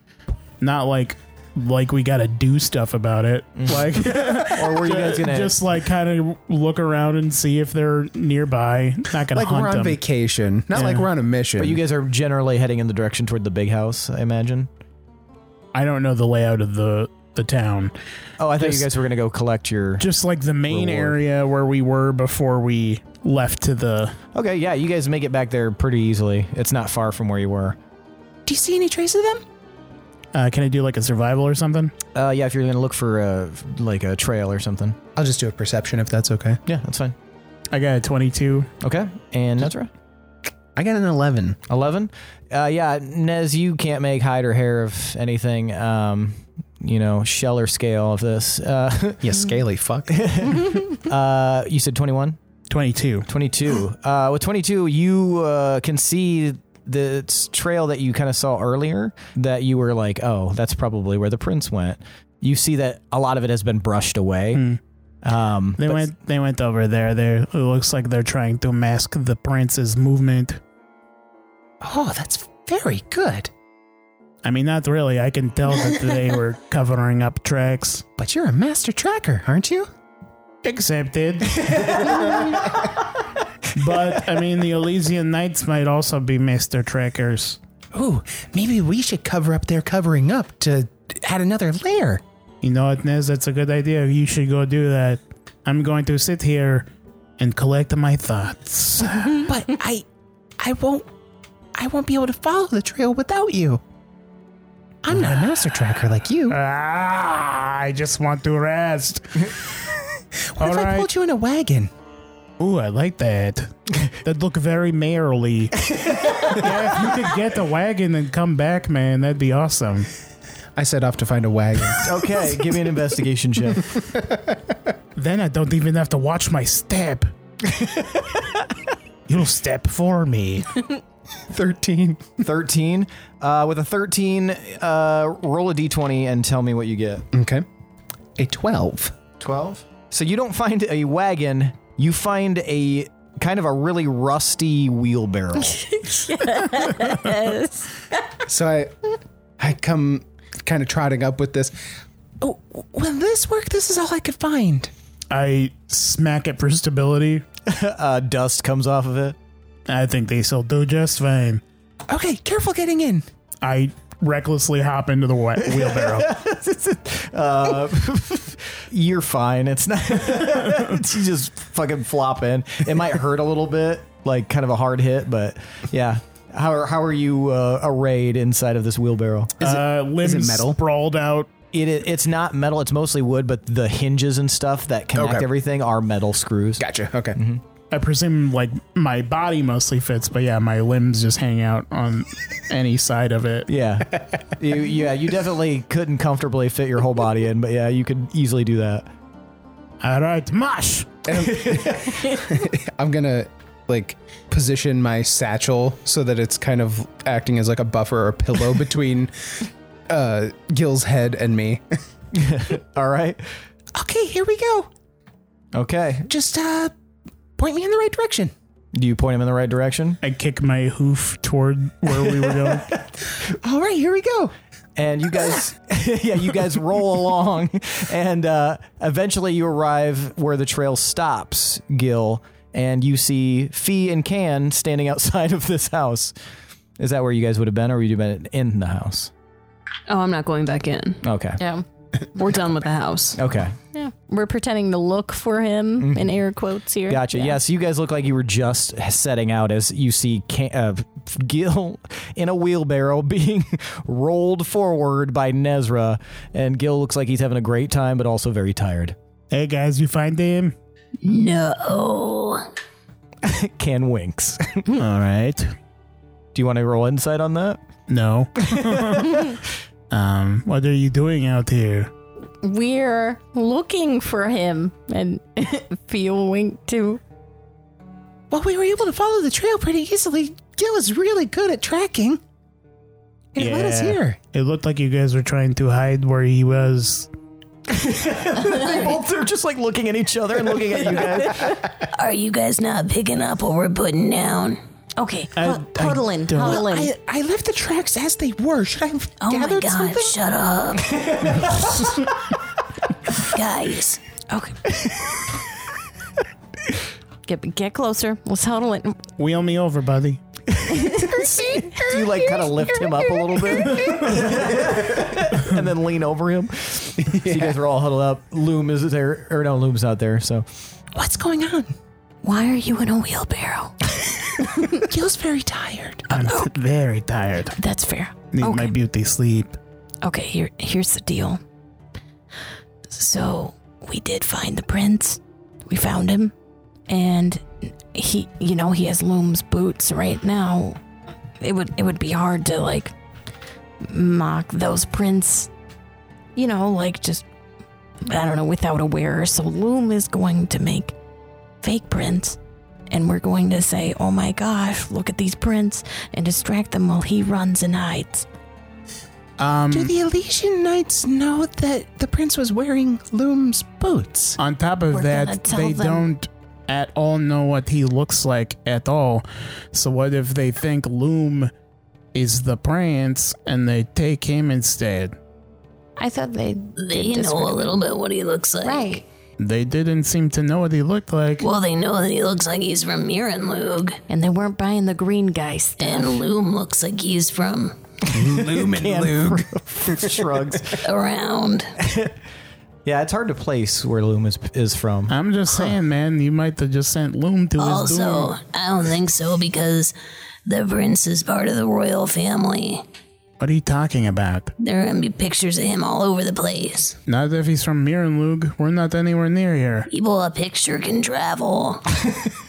Not like like we got to do stuff about it. Like
Mm. [laughs] or were you guys gonna
[laughs] just like kind of look around and see if they're nearby. Not gonna
like
hunt
we're on
them.
vacation, not like
Yeah.
we're on a mission.
but you guys are generally heading in the direction toward the big house i imagine
I don't know the layout of the the town.
oh i thought
Just-
you guys were gonna go collect your
Just like the main
Reward.
area where we were before we left to the.
okay yeah you guys make it back there pretty easily it's not far from where you were
Do you see any trace of them?
Uh, can I do like a survival or something?
uh, yeah if you're gonna look for uh, like a trail or something
I'll just do a perception if that's okay.
yeah that's fine
I got a 22.
okay and Nezra?
I got an eleven.
11 uh, yeah nez you can't make hide or hair of anything um, you know shell or scale of this uh, [laughs]
Yeah, scaly fuck.
uh, you said 21 [clears throat]
22.
22 uh, with 22 you uh, can see the s- trail that you kind of saw earlier that you were like oh that's probably where the prince went you see that a lot of it has been brushed away [laughs] um,
They
but-
went. They went over there. There. It looks like they're trying to mask the prince's movement.
Oh, that's very good.
I mean, not really. I can tell that they were covering up tracks.
But you're a master tracker, aren't you?
Accepted. but I mean, the Elysian Knights might also be master trackers.
Ooh, maybe we should cover up their covering up to add another layer.
You know what, Nez? That's a good idea. You should go do that. I'm going to sit here and collect my
[laughs]
thoughts.
But I, I won't, I won't be able to follow the trail without you. I'm not a master tracker like you.
ah, I just want to
[laughs]
rest.
What if I pulled you in a wagon?
Ooh, I like that. That'd look very mayorly.
[laughs]
yeah, if you could get the wagon and come back, man, that'd be awesome.
I set off to find a wagon.
okay give me an investigation check
[laughs] Then I don't even have to watch my
[laughs]
step. You'll step for me.
13.
13 uh, with a 13 uh, roll a d20 and tell me what you get
Okay. A 12.
12 so you don't find a wagon you find a kind of a really rusty
[laughs]
wheelbarrow
[laughs] So I I come kind of trotting up with this.
Oh, will this work? This is all I could find.
I smack it for stability.
uh, dust comes off of it
I think they still do just fine.
Okay, careful getting in.
I recklessly hop into the whe- wheelbarrow.
uh, you're fine it's not [laughs] you just fucking flop in it might hurt a little bit like kind of a hard hit but yeah how are, how are you uh, arrayed inside of this wheelbarrow
uh, limbs
metal?
sprawled out,
It, i- it's not metal. It's mostly wood, but the hinges and stuff that connect
Okay.
everything are metal screws.
Gotcha. Okay.
Mm-hmm.
I presume like my body mostly fits, but yeah, my limbs just hang out on any side of it.
[laughs]
Yeah, you, yeah. You definitely couldn't comfortably fit your whole body in, but yeah, you could easily do that.
All right, mush.
I'm gonna like position my satchel so that it's kind of acting as like a buffer or
[laughs]
pillow between uh Gil's head and me.
All right.
Okay, here we go.
Okay.
Just uh, point me in the right direction.
Do you point him in the right direction?
I kick my hoof toward where we were going.
All right, here we go. Ah.
and you guys [laughs] yeah you guys
[laughs]
roll along and uh, eventually you arrive where the trail stops gil and you see fee and can standing outside of this house is that where you guys would have been or would you have been in the house
Oh, I'm not going back in.
okay
Yeah.
We're done with the house.
okay
Yeah. We're pretending to look for him
Mm-hmm.
in air quotes here.
gotcha yeah.
Yeah.
so you guys look like you were just setting out as you see can- uh, gil in a wheelbarrow [laughs] being rolled forward by nezra and gil looks like he's having a great time but also very tired
hey guys, you find him?
No.
can winks [laughs]
All right.
Do you want to roll insight on that?
No. um, what are you doing out here?
We're looking for him and [laughs] feel wink too.
Well, we were able to follow the trail pretty easily. Gil is really good at tracking. It led us
Yeah.
here.
It looked like you guys were trying to hide where he was.
they both are just like looking at each other and looking at you guys.
Are you guys not picking up what we're putting down?
Okay,
I-
hu-
I
huddle in,
don't-
huddle in.
I, I left the tracks as they were. Should I have
Oh my
gathered
god,
something?
shut up.
[laughs]
guys,
okay.
Get get closer. Let's huddle
[laughs]
in.
Wheel me over, buddy.
Do you like kind of lift him up a little bit [laughs] and then lean over him? So you guys are all huddled up. Loom is there, or no, Loom's not there. So
What's going on?
Why are you in a
[laughs]
wheelbarrow?
Gil's very tired.
I'm [laughs] very tired.
That's fair.
Need
Okay.
my beauty sleep.
Okay, here here's the deal. So we did find the prince. We found him, and he, you know, he has Loom's boots right now. It would it would be hard to like mock those prints, you know, like just I don't know without a wearer. So Loom is going to make fake prints, and we're going to say, "Oh my gosh, look at these prints!" and distract them while he runs and hides.
Um,
Do the Elysian Knights know that the prince was wearing Loom's boots?
On top of
We're gonna
that,
tell
they
them.
don't at all know what he looks like at all. So what if they think Loom is the prince and they take him instead?
I thought they
they know a little bit what he looks like.
right.
They didn't seem to know what he looked like.
Well, they know that he looks like he's from Mirenlug,
And they weren't buying the green guy stuff.
and Loom looks like he's from
[laughs] shrugs.
around.
Yeah, it's hard to place where Loom is, is from.
I'm just saying, man, you might have just sent Loom to his
Also,
doom.
I don't think so because the prince is part of the royal family.
What are you talking about?
There are gonna be pictures of him all over the place.
Not if he's from Mirenlug. We're not anywhere near here.
People a picture can
[laughs]
travel.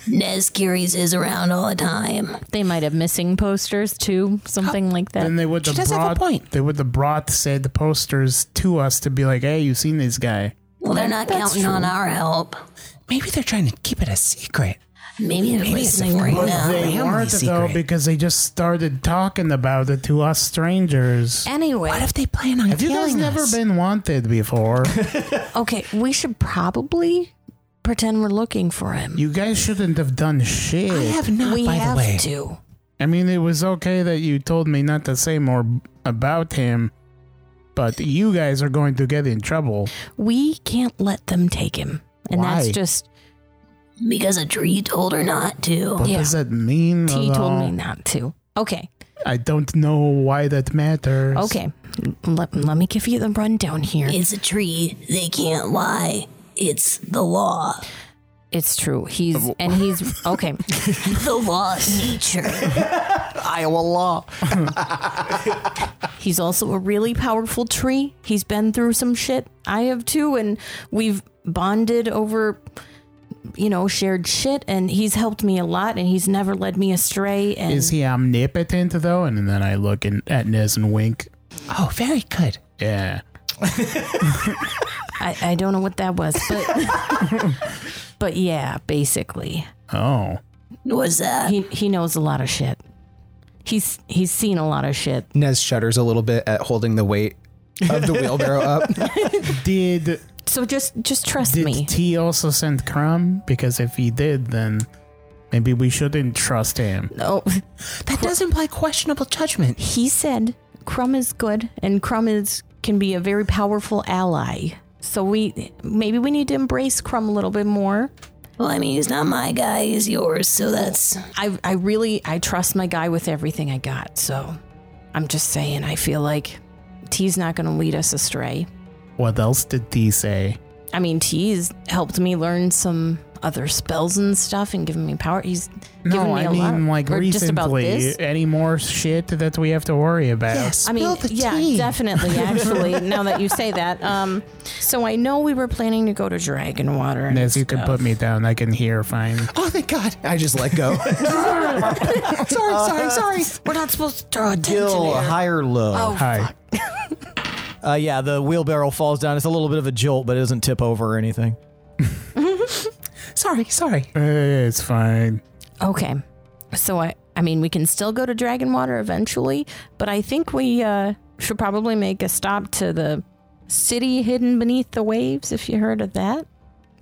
Nez carries his around all the time.
They might have missing posters too, something like that.
Then they would
She
have
does have a
brought.
point.
They would have brought said posters to us to be like, "Hey, you seen this guy?"
Well, they're not counting on our help.
Maybe they're trying to keep it a secret.
Maybe they're
Maybe it's a
listening right
foreign
now.
thing.
They
family
aren't though
secret.
because they just started talking about it to us strangers.
Anyway,
What if they plan on
Have you guys
killing
never
us?
been wanted
[laughs]
before?
okay, we should probably pretend we're looking for him.
you guys shouldn't have done shit.
I have not,
we
by
have
the way.
to.
I mean, it was okay that you told me not to say more b- about him, but you guys are going to get in trouble.
We can't let them take him. And
Why?
that's just
Because a tree told her not to.
Oh,
What
Yeah.
does that mean?
T
at
told
all?
me not to. Okay.
I don't know why that matters.
Okay. Let, let me give you the rundown here.
It's a tree. They can't lie. It's the law.
it's true. He's and
[laughs]
he's okay.
The law of nature.
Iowa law.
He's also a really powerful tree. He's been through some shit. I have too, and we've bonded over, you know, shared shit. And he's helped me a lot, and he's never led me astray. And
Is he omnipotent though? And then I look in, at Nez and wink.
Oh, very good.
Yeah.
I, I don't know what that was, but [laughs] but yeah, basically,
Oh.
What's that?
he he knows a lot of shit. He's he's seen a lot of shit.
Nez shudders a little bit at holding the weight of the wheelbarrow
[laughs]
up.
Did
So just just trust
did
me.
T also send Crumb? Because if he did, then maybe we shouldn't trust him.
oh,
That does imply questionable judgment.
he said Crumb is good, and Crumb is can be a very powerful ally. So we maybe we need to embrace Crumb a little bit more.
Well, I mean, he's not my guy, he's yours, so that's.
I I really I trust my guy with everything I got. So I'm just saying I feel like T's not going to lead us astray.
What else did T say?
I mean, T's helped me learn some other spells and stuff and given me power. He's given
No,
me
I
a lot.
mean like
or
recently.
just about this.
Any more shit that we have to worry about?
Yes,
I mean,
spill the
yeah,
tea.
[laughs] definitely. Actually, now that you say that, um, so I know we were planning to go to Dragon Water. And
Nez, you can
stuff.
put me down. I can hear fine.
Oh, thank God.
I just
[laughs]
let go.
Sorry, sorry, sorry.
We're not supposed to draw attention.
Gil,
here.
high or low?
Oh,
Hi.
Uh, yeah, the wheelbarrow falls down. It's a little bit of a jolt, but it doesn't tip over or anything.
Sorry, sorry.
Uh, it's fine.
Okay, so I, I mean, we can still go to Dragon Water eventually, but I think we uh, should probably make a stop to the city hidden beneath the waves. If you heard of that,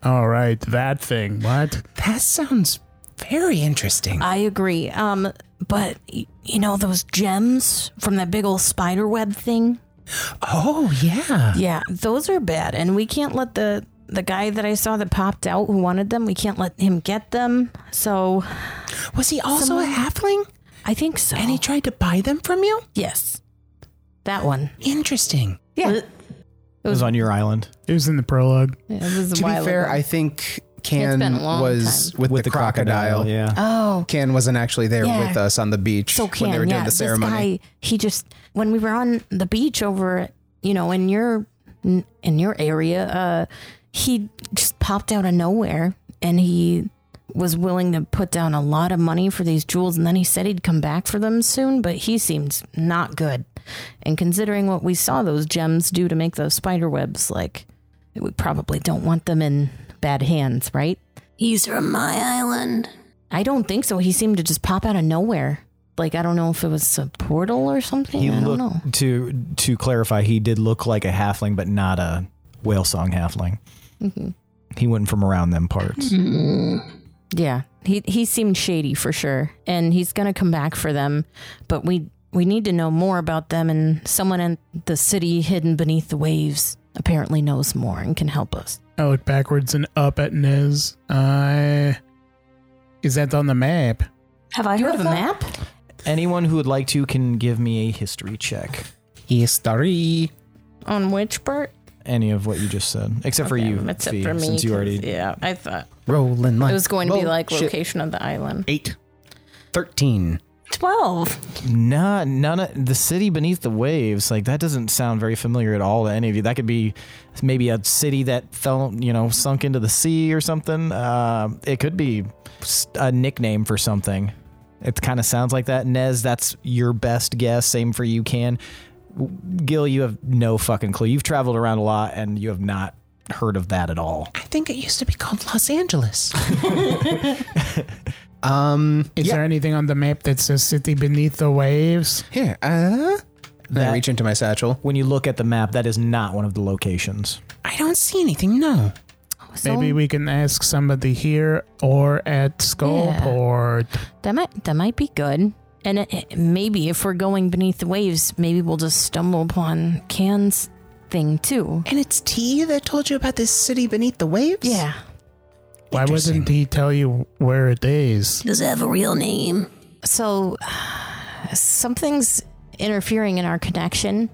All right, that thing. What?
That sounds very interesting.
I agree. Um, but y- you know those gems from that big old spider web thing.
Oh, yeah.
Yeah, those are bad, and we can't let the the guy that I saw that popped out who wanted them. We can't let him get them. So
Was he also a halfling?
I think so.
And he tried to buy them from you?
yes, that one.
Interesting.
Yeah,
It was on your island.
It was in the prologue.
it was a
to be
while
fair,
ago.
I think
It's
Can
been a long
was with, the, crocodile.
Yeah.
oh,
Can wasn't actually there
Yeah.
with us on the beach
so can
when they were doing
yeah.
the ceremony.
This guy, he just when we were on the beach over, you know, in your in your area, uh, he just popped out of nowhere, and he was willing to put down a lot of money for these jewels and then he said he'd come back for them soon but he seemed not good and considering what we saw those gems do to make those spider webs like we probably don't want them in bad hands right
He's from my island.
i don't think so he seemed to just pop out of nowhere like i don't know if it was a portal or something
He
i don't
looked
know
to to clarify. He did look like a halfling, but not a whale song halfling.
Mhm.
He wasn't from around them
Hmm.
parts.
Hmm.
yeah he he seemed shady for sure and he's gonna come back for them but we we need to know more about them and someone in the city hidden beneath the waves apparently knows more and can help us
I look Oh, backwards and up at Nez. Uh, is that on the map?
Have I
you
heard
have a
of that?
map
Anyone who would like to can give me a history check.
History.
on which part
Any of what you just said, except for
Okay,
you,
except
Fee,
for me
since you
'cause,
already
yeah i thought
Rolling like
it was going to be
roll.
like
Shit.
location of the island
eight. Thirteen.
12.
Nah, none of the city beneath the waves. Like that doesn't sound very familiar at all to any of you. That could be maybe a city that fell, you know, sunk into the sea or something. Uh, it could be s- a nickname for something. It kind of sounds like that. Nez, that's your best guess. Same for you, can. Gil, you have no fucking clue. You've traveled around a lot and you have not heard of that at all.
I think it used to be called Los Angeles.
Um.
Is there anything on the map that says city beneath the waves?
Here. Uh. Then
That-
I reach into my satchel.
When you look at the map, that is not one of the locations.
I don't see anything, no.
Maybe we can ask somebody here or at Skullport.
that might that might be good and it, it- maybe if we're going beneath the waves maybe we'll just stumble upon can's thing too
And it's T that told you about this city beneath the waves?
yeah
Why wouldn't he tell you where it is?
Does it have a real name?
so something's interfering in our connection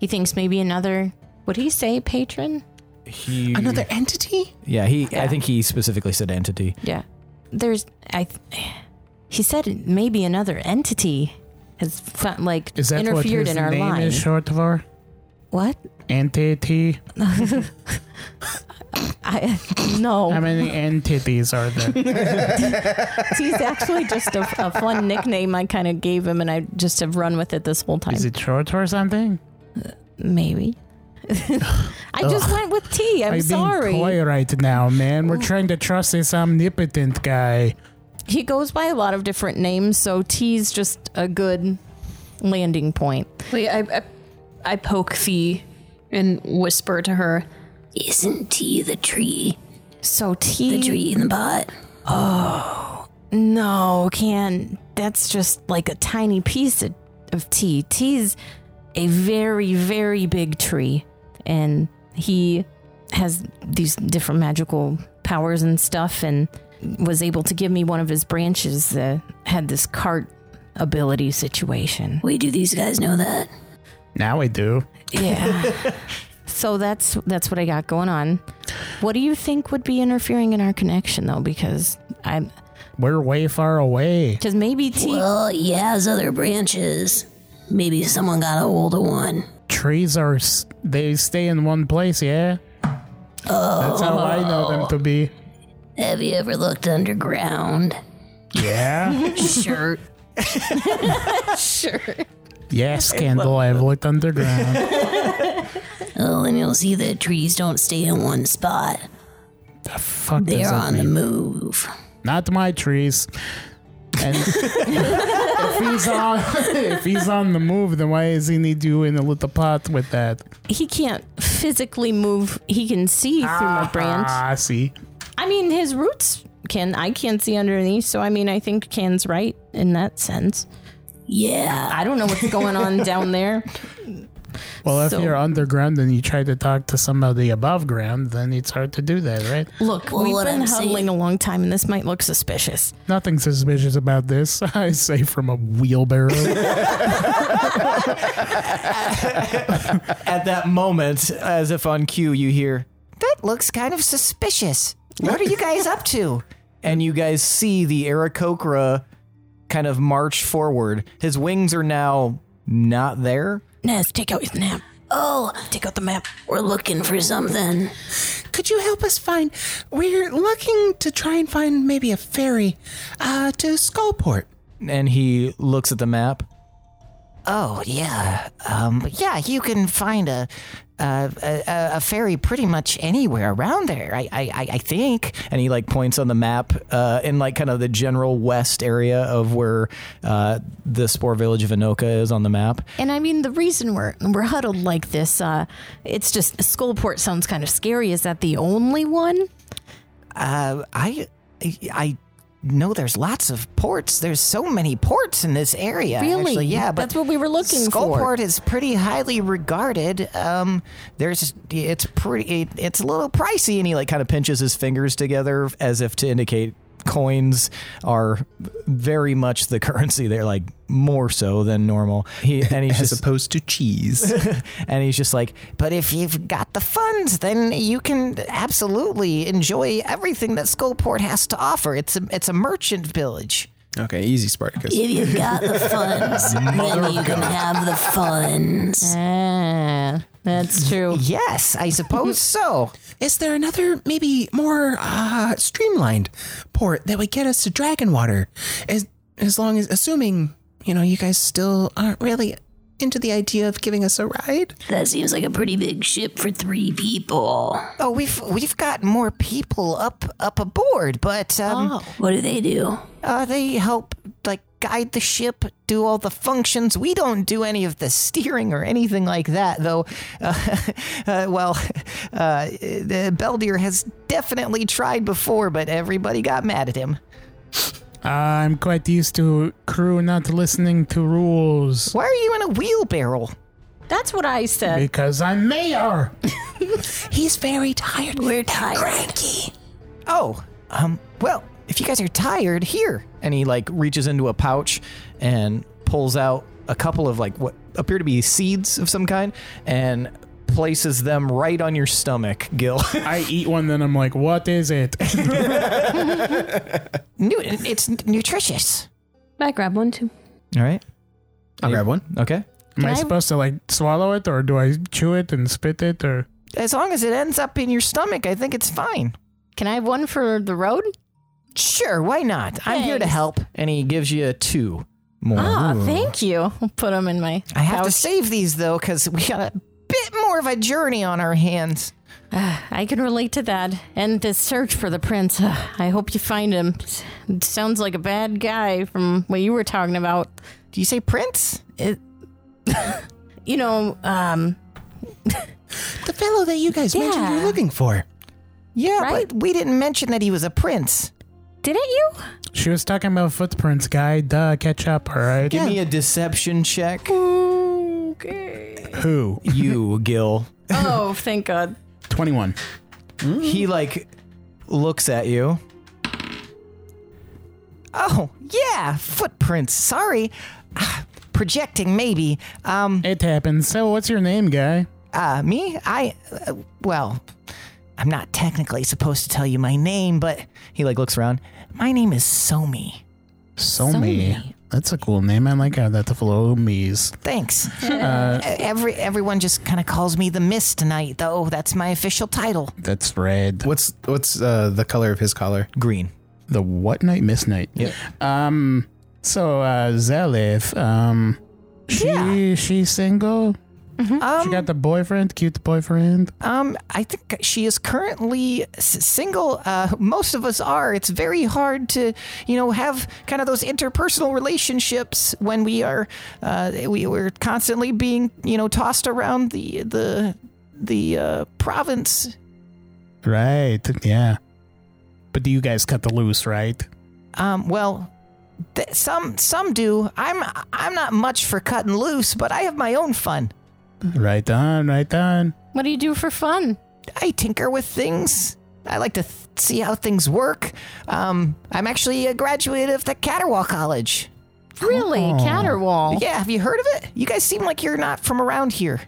he thinks maybe another would he say patron
He,
Another entity?
yeah, he.
Yeah.
I think he specifically said entity.
yeah there's i th- he said maybe another entity has fu- like
Is that what
interfered
his
in our
name
line.
is short for?
What? [laughs]
Entity.
I no.
How
[laughs]
many entities are there?
He's actually just a, a fun nickname I kind of gave him, and I just have run with it this whole time.
Is it short for something?
Maybe. [laughs] I just went with T. I'm
Are you
sorry. Oh.
being coy right now, man. We're trying to trust this omnipotent guy.
He goes by a lot of different names, so T's just a good landing point.
Wait, I, I, I poke Fee and whisper to her.
Isn't tea the tree?
So
The
T.
tree in the pot?
No, can that's just like a tiny piece of, of tea. Tea's a very, very big tree, and he has these different magical powers and stuff, and was able to give me one of his branches that had this cart ability situation.
Wait, do these guys know that?
Now I do.
Yeah. so that's that's what I got going on. What do you think would be interfering in our connection though? Because I'm
We're way far away.
because maybe T.
Well, he has other branches. Maybe someone got a hold of one.
Trees are, s- they stay in one place, yeah? That's how I know them to be.
Have you ever looked underground?
Yeah?
Sure.
yes, Kendall, I've looked underground.
Oh, and you'll see that trees don't stay in one spot.
the fuck does
They're
that
on the
mean?
move.
Not my trees. And [laughs] if he's on [laughs] if he's on the move, then why does he need you in a little pot with that?
he can't physically move. He can see through my branch.
Ah, see.
I mean, his roots can. I can't see underneath. So I mean, I think Can's right in that sense.
Yeah.
I don't know what's going on down there.
Well, if
So-
you're underground and you try to talk to somebody above ground, then it's hard to do that, right?
Look,
Well,
we've
what
been
I'm
huddling
saying-
a long time, and this might look suspicious.
Nothing suspicious about this, [laughs] I say from a wheelbarrow.
At that moment, as if on cue, you hear, That looks kind of suspicious. What are you guys up to? And you guys see the Aarakocra kind of march forward. His wings are now not there.
Nez, take out his map.
Oh,
Take out the map.
we're looking for something.
Could you help us find? We're looking to try and find maybe a ferry uh, to Skullport.
And he looks at the map.
Oh yeah, um, yeah. You can find a a, a a ferry pretty much anywhere around there. I I, I- I think.
and he like points on the map uh, in like kind of the general west area of where uh, the spore village of Anoka is on the map.
And I mean, the reason we're we're huddled like this, uh, it's just Skullport sounds kind of scary. Is that the only one?
Uh, I I know there's lots of ports. There's so many ports in this area.
Really?
Actually, yeah. But
that's what we were looking for.
Skullport is pretty highly regarded. Um, there's it's pretty it, it's a little pricey.
See, and he like kind of pinches his fingers together as if to indicate coins are very much the [laughs] currency. They're like more so than normal. He and he's
as
just
opposed to cheese.
[laughs] and he's just like,
But if you've got the funds, then you can absolutely enjoy everything that Skullport has to offer. It's a, it's a merchant village.
okay, easy, Spartacus.
If you've got the
[laughs]
funds, then you can have the funds.
Ah, that's true.
Yes, I suppose so.
Is there another, maybe more uh, streamlined port that would get us to Dragonwater? As as long as, assuming you know, you guys still aren't really into the idea of giving us a ride.
That seems like a pretty big ship for three people.
Oh, we've we've got more people up up aboard, but um,
What do they do?
uh, they help like guide the ship, do all the functions. We don't do any of the steering or anything like that, though. [laughs] Uh, uh, well, [laughs] uh, the Beldir has definitely tried before, but everybody got mad at him.
I'm quite used to crew not listening to rules
Why are you in a wheelbarrow?
That's what I said.
because I'm mayor.
He's very tired.
We're tired.
Cranky.
Oh, um, well,
if you guys are tired, here. And he like reaches into a pouch and pulls out a couple of like what appear to be seeds of some kind and places them right on your stomach, Gil. [laughs]
I eat one, then I'm like, what is it?
nu- it's nutritious.
I grab one too.
All right.
I'll grab one.
Okay.
Am I
Can I-
supposed to like swallow it or do I chew it and spit it or?
As long as it ends up in your stomach, I think it's fine.
Can I have one for the road?
Sure, why not? I'm here to
Thanks.
help.
And he gives you a two more.
Ah, thank you. I'll put them in my.
I have to save these though, because we got a bit more of a journey on our hands.
I can relate to that. And this search for the prince. uh, I hope you find him. It sounds like a bad guy from what you were talking about.
Do you say prince?
It, [laughs] you know, um,
The fellow that you guys mentioned
Yeah.
you're looking for.
Yeah, but we didn't mention that he was a prince.
didn't you?
She was talking about footprints, guy. Duh, catch up. All right.
Give me a deception check.
Okay.
Who? You, Gil.
Oh, thank God.
21.
He
Mm.
like looks at you.
Oh, yeah, footprints. Sorry. Ah, Projecting, maybe.
Hmm.
Um,
It happens. So, what's your name, guy?
uh, me? I, uh, well, I'm not technically supposed to tell you my name, but
He like looks around.
my name is Somi.
Somi. That's a cool name. I like how that flows.
Thanks. E-,
Uh,
Every everyone just kind of calls me the Mist tonight, though. That's my official title.
That's red.
What's what's uh, the color of his collar?
Green.
The what night? Miss night.
Yep.
Um. So, uh, Zelif. Um. She she single. she
Um,
got the boyfriend. Cute boyfriend.
um, I think she is currently s- single. Uh, most of us are. It's very hard to, you know, have kind of those interpersonal relationships when we are, uh, we we're constantly being, you know, tossed around the the the uh, province.
Right. Yeah. But do you guys cut the loose? Right.
Um, well, th- some some do. I'm I'm not much for cutting loose, but I have my own fun.
Right on. Right on.
What do you do for fun?
I tinker with things. I like to th- see how things work. Um, I'm actually a graduate of the Catterwall College.
Really,
Oh.
Catterwall?
Yeah, have you heard of it? You guys seem like you're not from around here.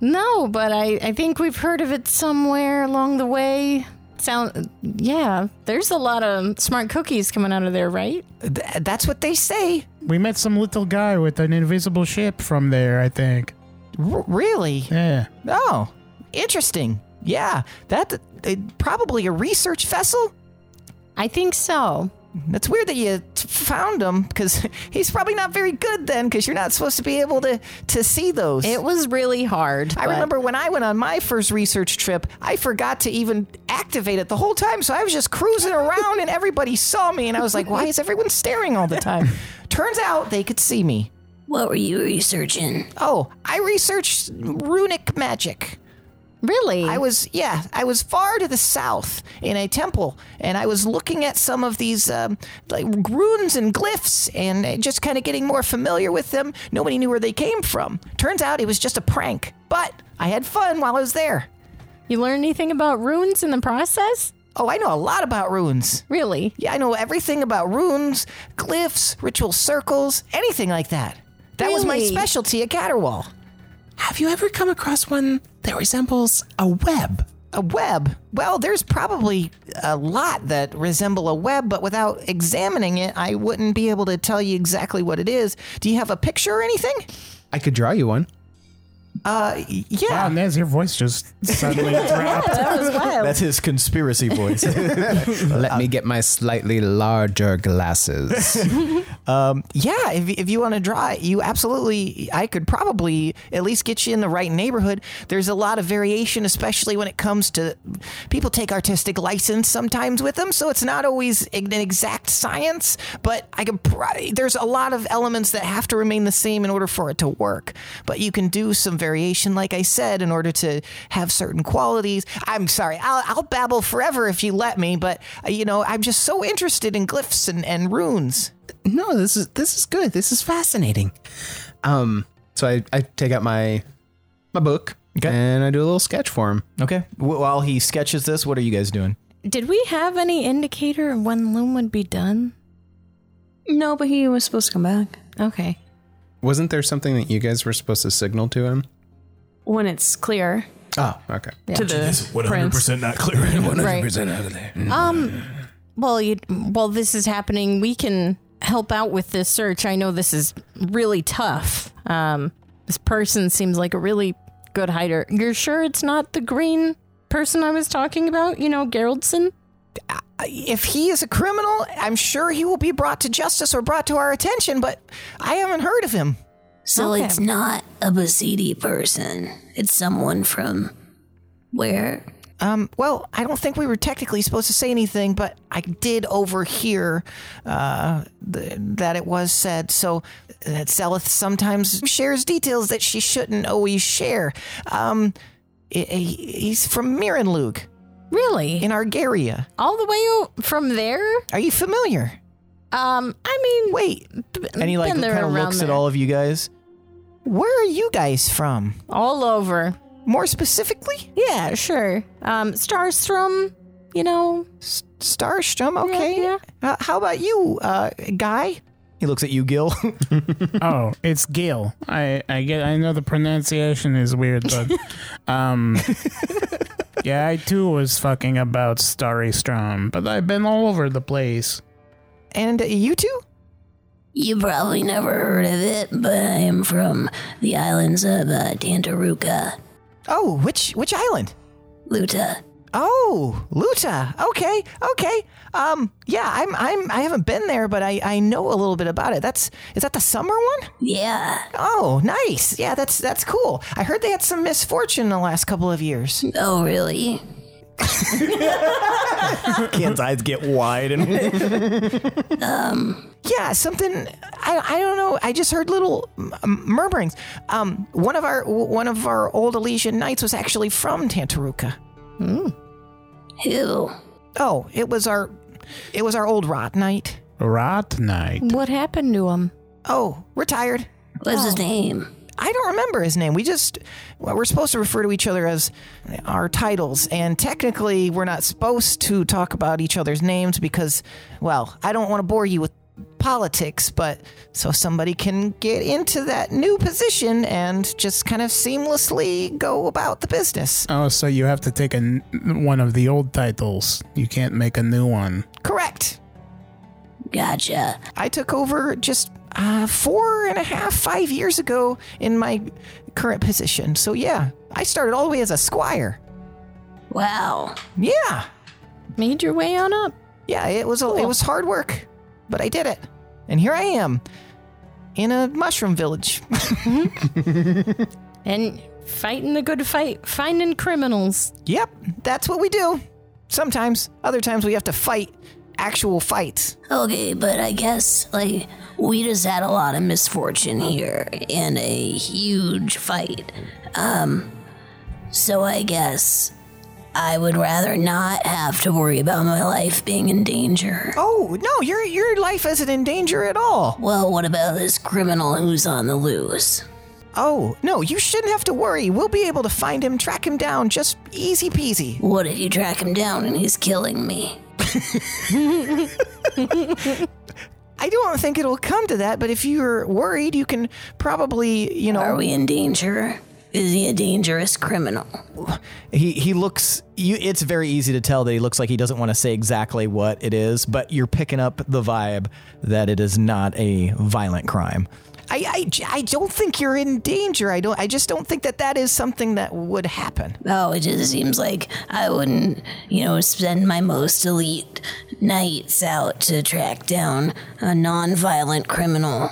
No, but I, I think we've heard of it somewhere along the way. Sound, yeah. There's a lot of smart cookies coming out of there, right?
Th- that's what they say.
We met some little guy with an invisible ship from there. I think.
R- really?
Yeah.
Oh, interesting. Yeah, that it, probably a research vessel.
I think so.
That's weird that you t- found him because [laughs] he's probably not very good then because you're not supposed to be able to to see those.
It was really hard.
I
but-
remember when I went on my first research trip, I forgot to even activate it the whole time. So I was just cruising around and everybody saw me. And I was like, why is everyone staring all the
[laughs]
time? Turns out they could see me.
What were you researching?
Oh, I researched runic magic.
Really?
I was, yeah, I was far to the south in a temple, and I was looking at some of these um, like runes and glyphs, and uh, just kind of getting more familiar with them. Nobody knew where they came from. Turns out it was just a prank, but I had fun while I was there.
you learn anything about runes in the process?
Oh, I know a lot about runes.
Really?
Yeah, I know everything about runes, glyphs, ritual circles, anything like that. That was my
Really?
specialty at Catterwall.
Have you ever come across one that resembles a web?
A web. Well, there's probably a lot that resemble a web, but without examining it, I wouldn't be able to tell you exactly what it is. Do you have a picture or anything?
I could draw you one.
Uh, y-
Wow,
yeah.
Nez, your voice just suddenly dropped.
That was
Oh.
wild.
That's his conspiracy voice.
[laughs] Let me get my slightly larger glasses.
Yeah, if, if you want to draw it, you absolutely, I could probably at least get you in the right neighborhood. There's a lot of variation, especially when it comes to people take artistic license sometimes with them. So it's not always an exact science, but I could, pro- there's a lot of elements that have to remain the same in order for it to work. But you can do some variation, like I said, in order to have certain qualities. I'm sorry, I'll, I'll babble forever if you let me, but uh, you know, I'm just so interested in glyphs and, and runes.
[laughs] No, this is this is good. This is fascinating.
um, so I, I take out my my book and I do a little sketch for him.
[laughs] okay. Wh- While he sketches this, what are you guys doing?
Did we have any indicator of when Loom would be done?
No, but he was supposed to come back
Okay.
Wasn't there something that you guys were supposed to signal to him?
when it's clear
Oh, okay.
to the prince.
not clear.
Right.
out of there.
Um. Well, you. Well, this is happening. We can help out with this search. I know this is really tough. Um, this person seems like a really good hider. You're sure it's not the green person I was talking about? You know, Geraldson?
If he is a criminal, I'm sure he will be brought to justice or brought to our attention, but I haven't heard of him.
So it's not a Basidi person. It's someone from where?
Um, well, I don't think we were technically supposed to say anything, but I did overhear uh, th- that it was said. So that Selith sometimes shares details that she shouldn't always share. Um, i- i- he's from Mirenlug.
Really?
In Argaria.
All the way o- from there?
Are you familiar?
Um, I mean,
wait.
And he like kind of looks at all of you guys.
Where are you guys from?
All over.
More specifically?
Yeah, sure. Um, Starstrom, you know.
Starstrom, okay. Uh, how about you, uh, guy?
He looks at you, Gil. [laughs]
oh, it's Gil. I I get. I know the pronunciation is weird, but um, yeah, I too was fucking about Starry Strom, but I've been all over the place.
And uh, you too?
You probably never heard of it, but I am from the islands of uh, Tantaruca.
Oh, which which island?
Luta.
Oh, Luta. Okay, okay. Um, yeah, I'm, I'm, I haven't been there, but I, I know a little bit about it. That's, is that the summer one?
Yeah.
Oh, nice. Yeah, that's, that's cool. I heard they had some misfortune in the last couple of years.
Oh, really?
[laughs]
Ken's eyes get wide and.
um.
Yeah, something. I, I don't know. I just heard little m- m- murmurings. Um, one of our one of our old Elysian knights was actually from Tantaruca.
Who?
Oh, it was our it was our old Rot Knight.
Rot night.
What happened to him?
Oh, retired.
What's his name?
I don't remember his name. We just well, we're supposed to refer to each other as our titles, and technically we're not supposed to talk about each other's names because, well, I don't want to bore you with politics, but so somebody can get into that new position and just kind of seamlessly go about the business.
Oh, so you have to take a n- one of the old titles. You can't make a new one.
Correct.
Gotcha.
I took over just uh, four and a half, five years ago in my current position. So yeah, I started all the way as a squire.
Wow.
Yeah.
Made your way on up.
Yeah, it was a, it was hard work, but I did it, and here I am, in a mushroom village. [laughs]
And fighting the good fight, finding criminals.
Yep, that's what we do. Sometimes, other times we have to fight actual fights.
Okay, but I guess, like, we just had a lot of misfortune here and a huge fight. Um, so I guess I would rather not have to worry about my life being in danger.
Oh, no, your, your life isn't in danger at all.
Well, what about this criminal who's on the loose?
Oh, no, you shouldn't have to worry. We'll be able to find him, track him down, just easy peasy.
What if you track him down and he's killing me?
I don't think it'll come to that, but if you're worried, you can probably, you know.
Are we in danger? Is he a dangerous criminal?
He he looks you it's very easy to tell that he looks like he doesn't want to say exactly what it is, but you're picking up the vibe that it is not a violent crime.
I, I j- I don't think you're in danger. I don't. I just don't think that that is something that would happen.
Oh, it just seems like I wouldn't, you know, spend my most elite nights out to track down a non-violent criminal.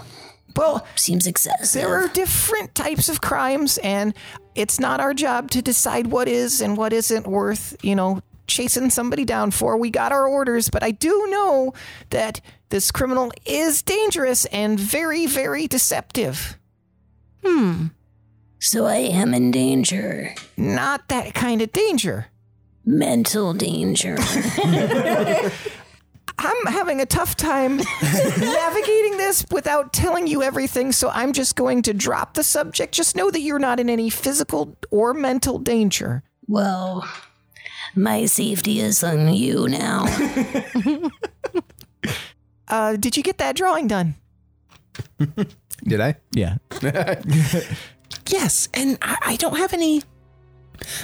Well,
seems excessive.
There are different types of crimes, and it's not our job to decide what is and what isn't worth, you know, chasing somebody down for. We got our orders, but I do know that this criminal is dangerous and very, very deceptive.
Hmm. So I am in danger.
Not that kind of danger.
Mental danger.
I'm having a tough time navigating this without telling you everything, so I'm just going to drop the subject. Just know that you're not in any physical or mental danger.
well, my safety is on you now.
Uh, did you get that drawing done?
Did I?
Yeah.
Yes, and I, I don't have any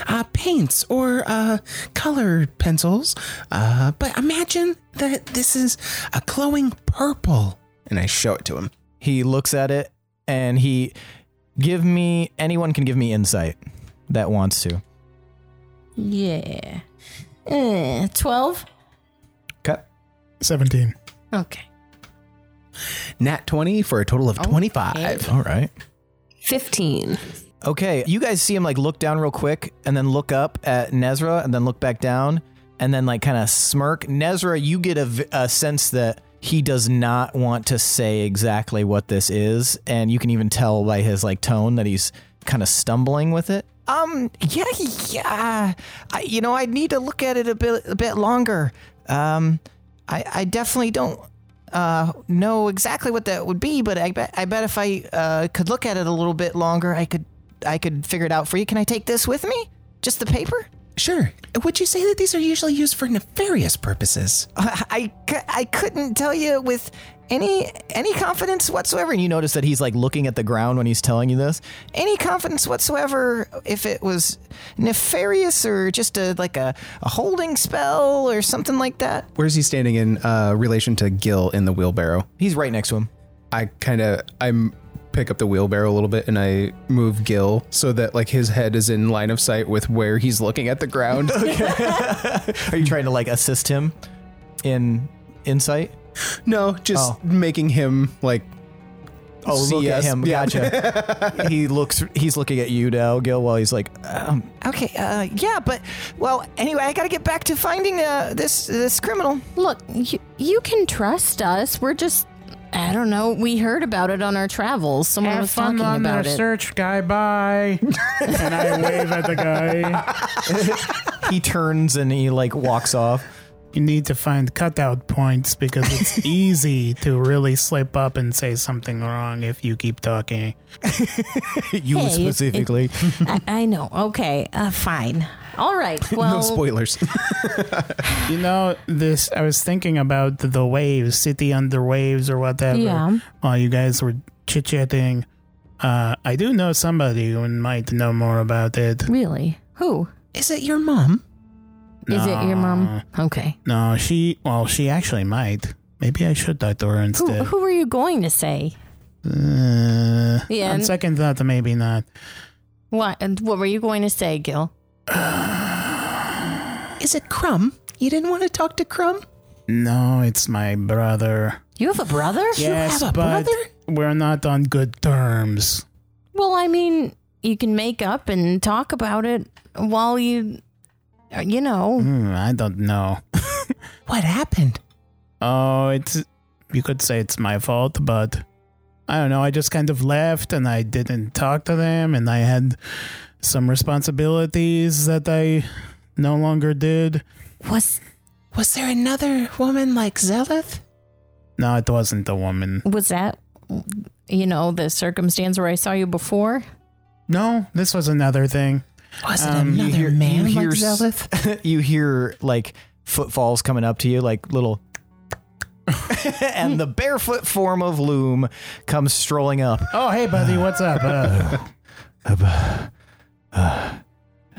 uh, paints or uh, color pencils, uh, but imagine that this is a glowing purple.
and I show it to him.
He looks at it and he give me anyone can give me insight that wants to.
Yeah. Uh, 12?
Okay.
17.
Okay.
Nat 20 for a total of 25.
All right.
15.
Okay, you guys see him like look down real quick and then look up at Nezra and then look back down and then like kind of smirk. Nezra, you get a, v- a sense that he does not want to say exactly what this is, and you can even tell by his like tone that he's kind of stumbling with it.
Um, yeah, yeah. I, you know, I need to look at it a bit, a bit longer. Um, I, I definitely don't uh, know exactly what that would be, but I bet, I bet if I uh, could look at it a little bit longer, I could, I could figure it out for you. Can I take this with me? Just the paper?
Sure. Would you say that these are usually used for nefarious purposes?
[laughs] I, c- I couldn't tell you with any any confidence whatsoever.
And you notice that he's like looking at the ground when he's telling you this.
any confidence whatsoever if it was nefarious or just a like a, a holding spell or something like that.
Where's he standing in uh, relation to Gil in the wheelbarrow?
He's right next to him.
I kind of I m- pick up the wheelbarrow a little bit and I move Gil so that like his head is in line of sight with where he's looking at the ground.
Are you trying to like assist him in insight?
No, just making him like.
Oh, look
see
at
us.
him. [laughs]
Yeah.
Gotcha. he looks. He's looking at you now, Gil, while he's
[laughs]
like, um,
Okay, uh, yeah, but well, anyway, I gotta get back to finding uh, this this criminal.
Look, you, you can trust us. We're just, I don't know. We heard about it on our travels. Someone
Have
was
fun
talking
on
about
their
it.
search, guy. Bye. [laughs] and I wave at the guy.
he turns and he like walks off.
You need to find cutout points because [laughs] it's easy to really slip up and say something wrong if you keep talking.
you
Hey, it- specifically.
[laughs]
I, I know. Okay. Uh, fine. All
[laughs]
right. Well,
spoilers. [laughs]
you know, this, I was thinking about the waves, city under waves or whatever,
Yeah.
while you guys were chit chatting. Uh, I do know somebody who might know more about it.
Really? Who?
Is it your mom?
Is it your mom? Okay.
No, she, well, she actually might. Maybe I should talk to her
Who,
instead.
who were you going to say?
Uh,
Yeah,
On
and-
second thought, maybe not.
What? And what were you going to say, Gil?
Is it Crumb? You didn't want to talk to Crumb?
No, it's my brother.
You have a brother?
yes, but we're not on good terms.
Well, I mean, you can make up and talk about it while you, you know.
Hmm, I don't know.
What happened?
Oh, it's you could say it's my fault, but I don't know. I just kind of left and I didn't talk to them, and I had some responsibilities that I no longer did.
Was
was there another woman like Zeleth?
No, it wasn't the woman.
Was that, you know, the circumstance where I saw you before?
No, this was another thing.
Was
it Um, you
another hear- man you like hear s-
Zeleth?
you hear like footfalls coming up to you, like little. [laughs] and the barefoot form of Loom comes strolling up.
Oh, hey, buddy, what's up? Uh,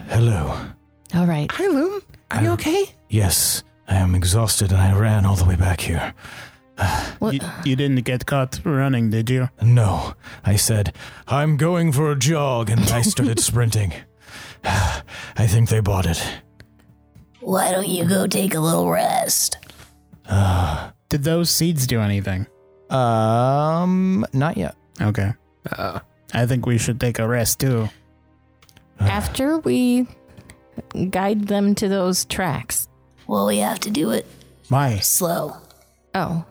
Hello.
All right.
Hi, Loom. Are you okay?
Yes, I am exhausted and I ran all the way back here.
you, you didn't get caught running, did you?
No, I said, I'm going for a jog, and I
[laughs]
started sprinting. [sighs] I think they bought it.
Why don't you go take a little rest?
Did those seeds do anything?
Um, not yet.
Okay. I think we should take a rest too. Uh.
After we guide them to those tracks.
Well, we have to do it
Why?
slow.
Oh.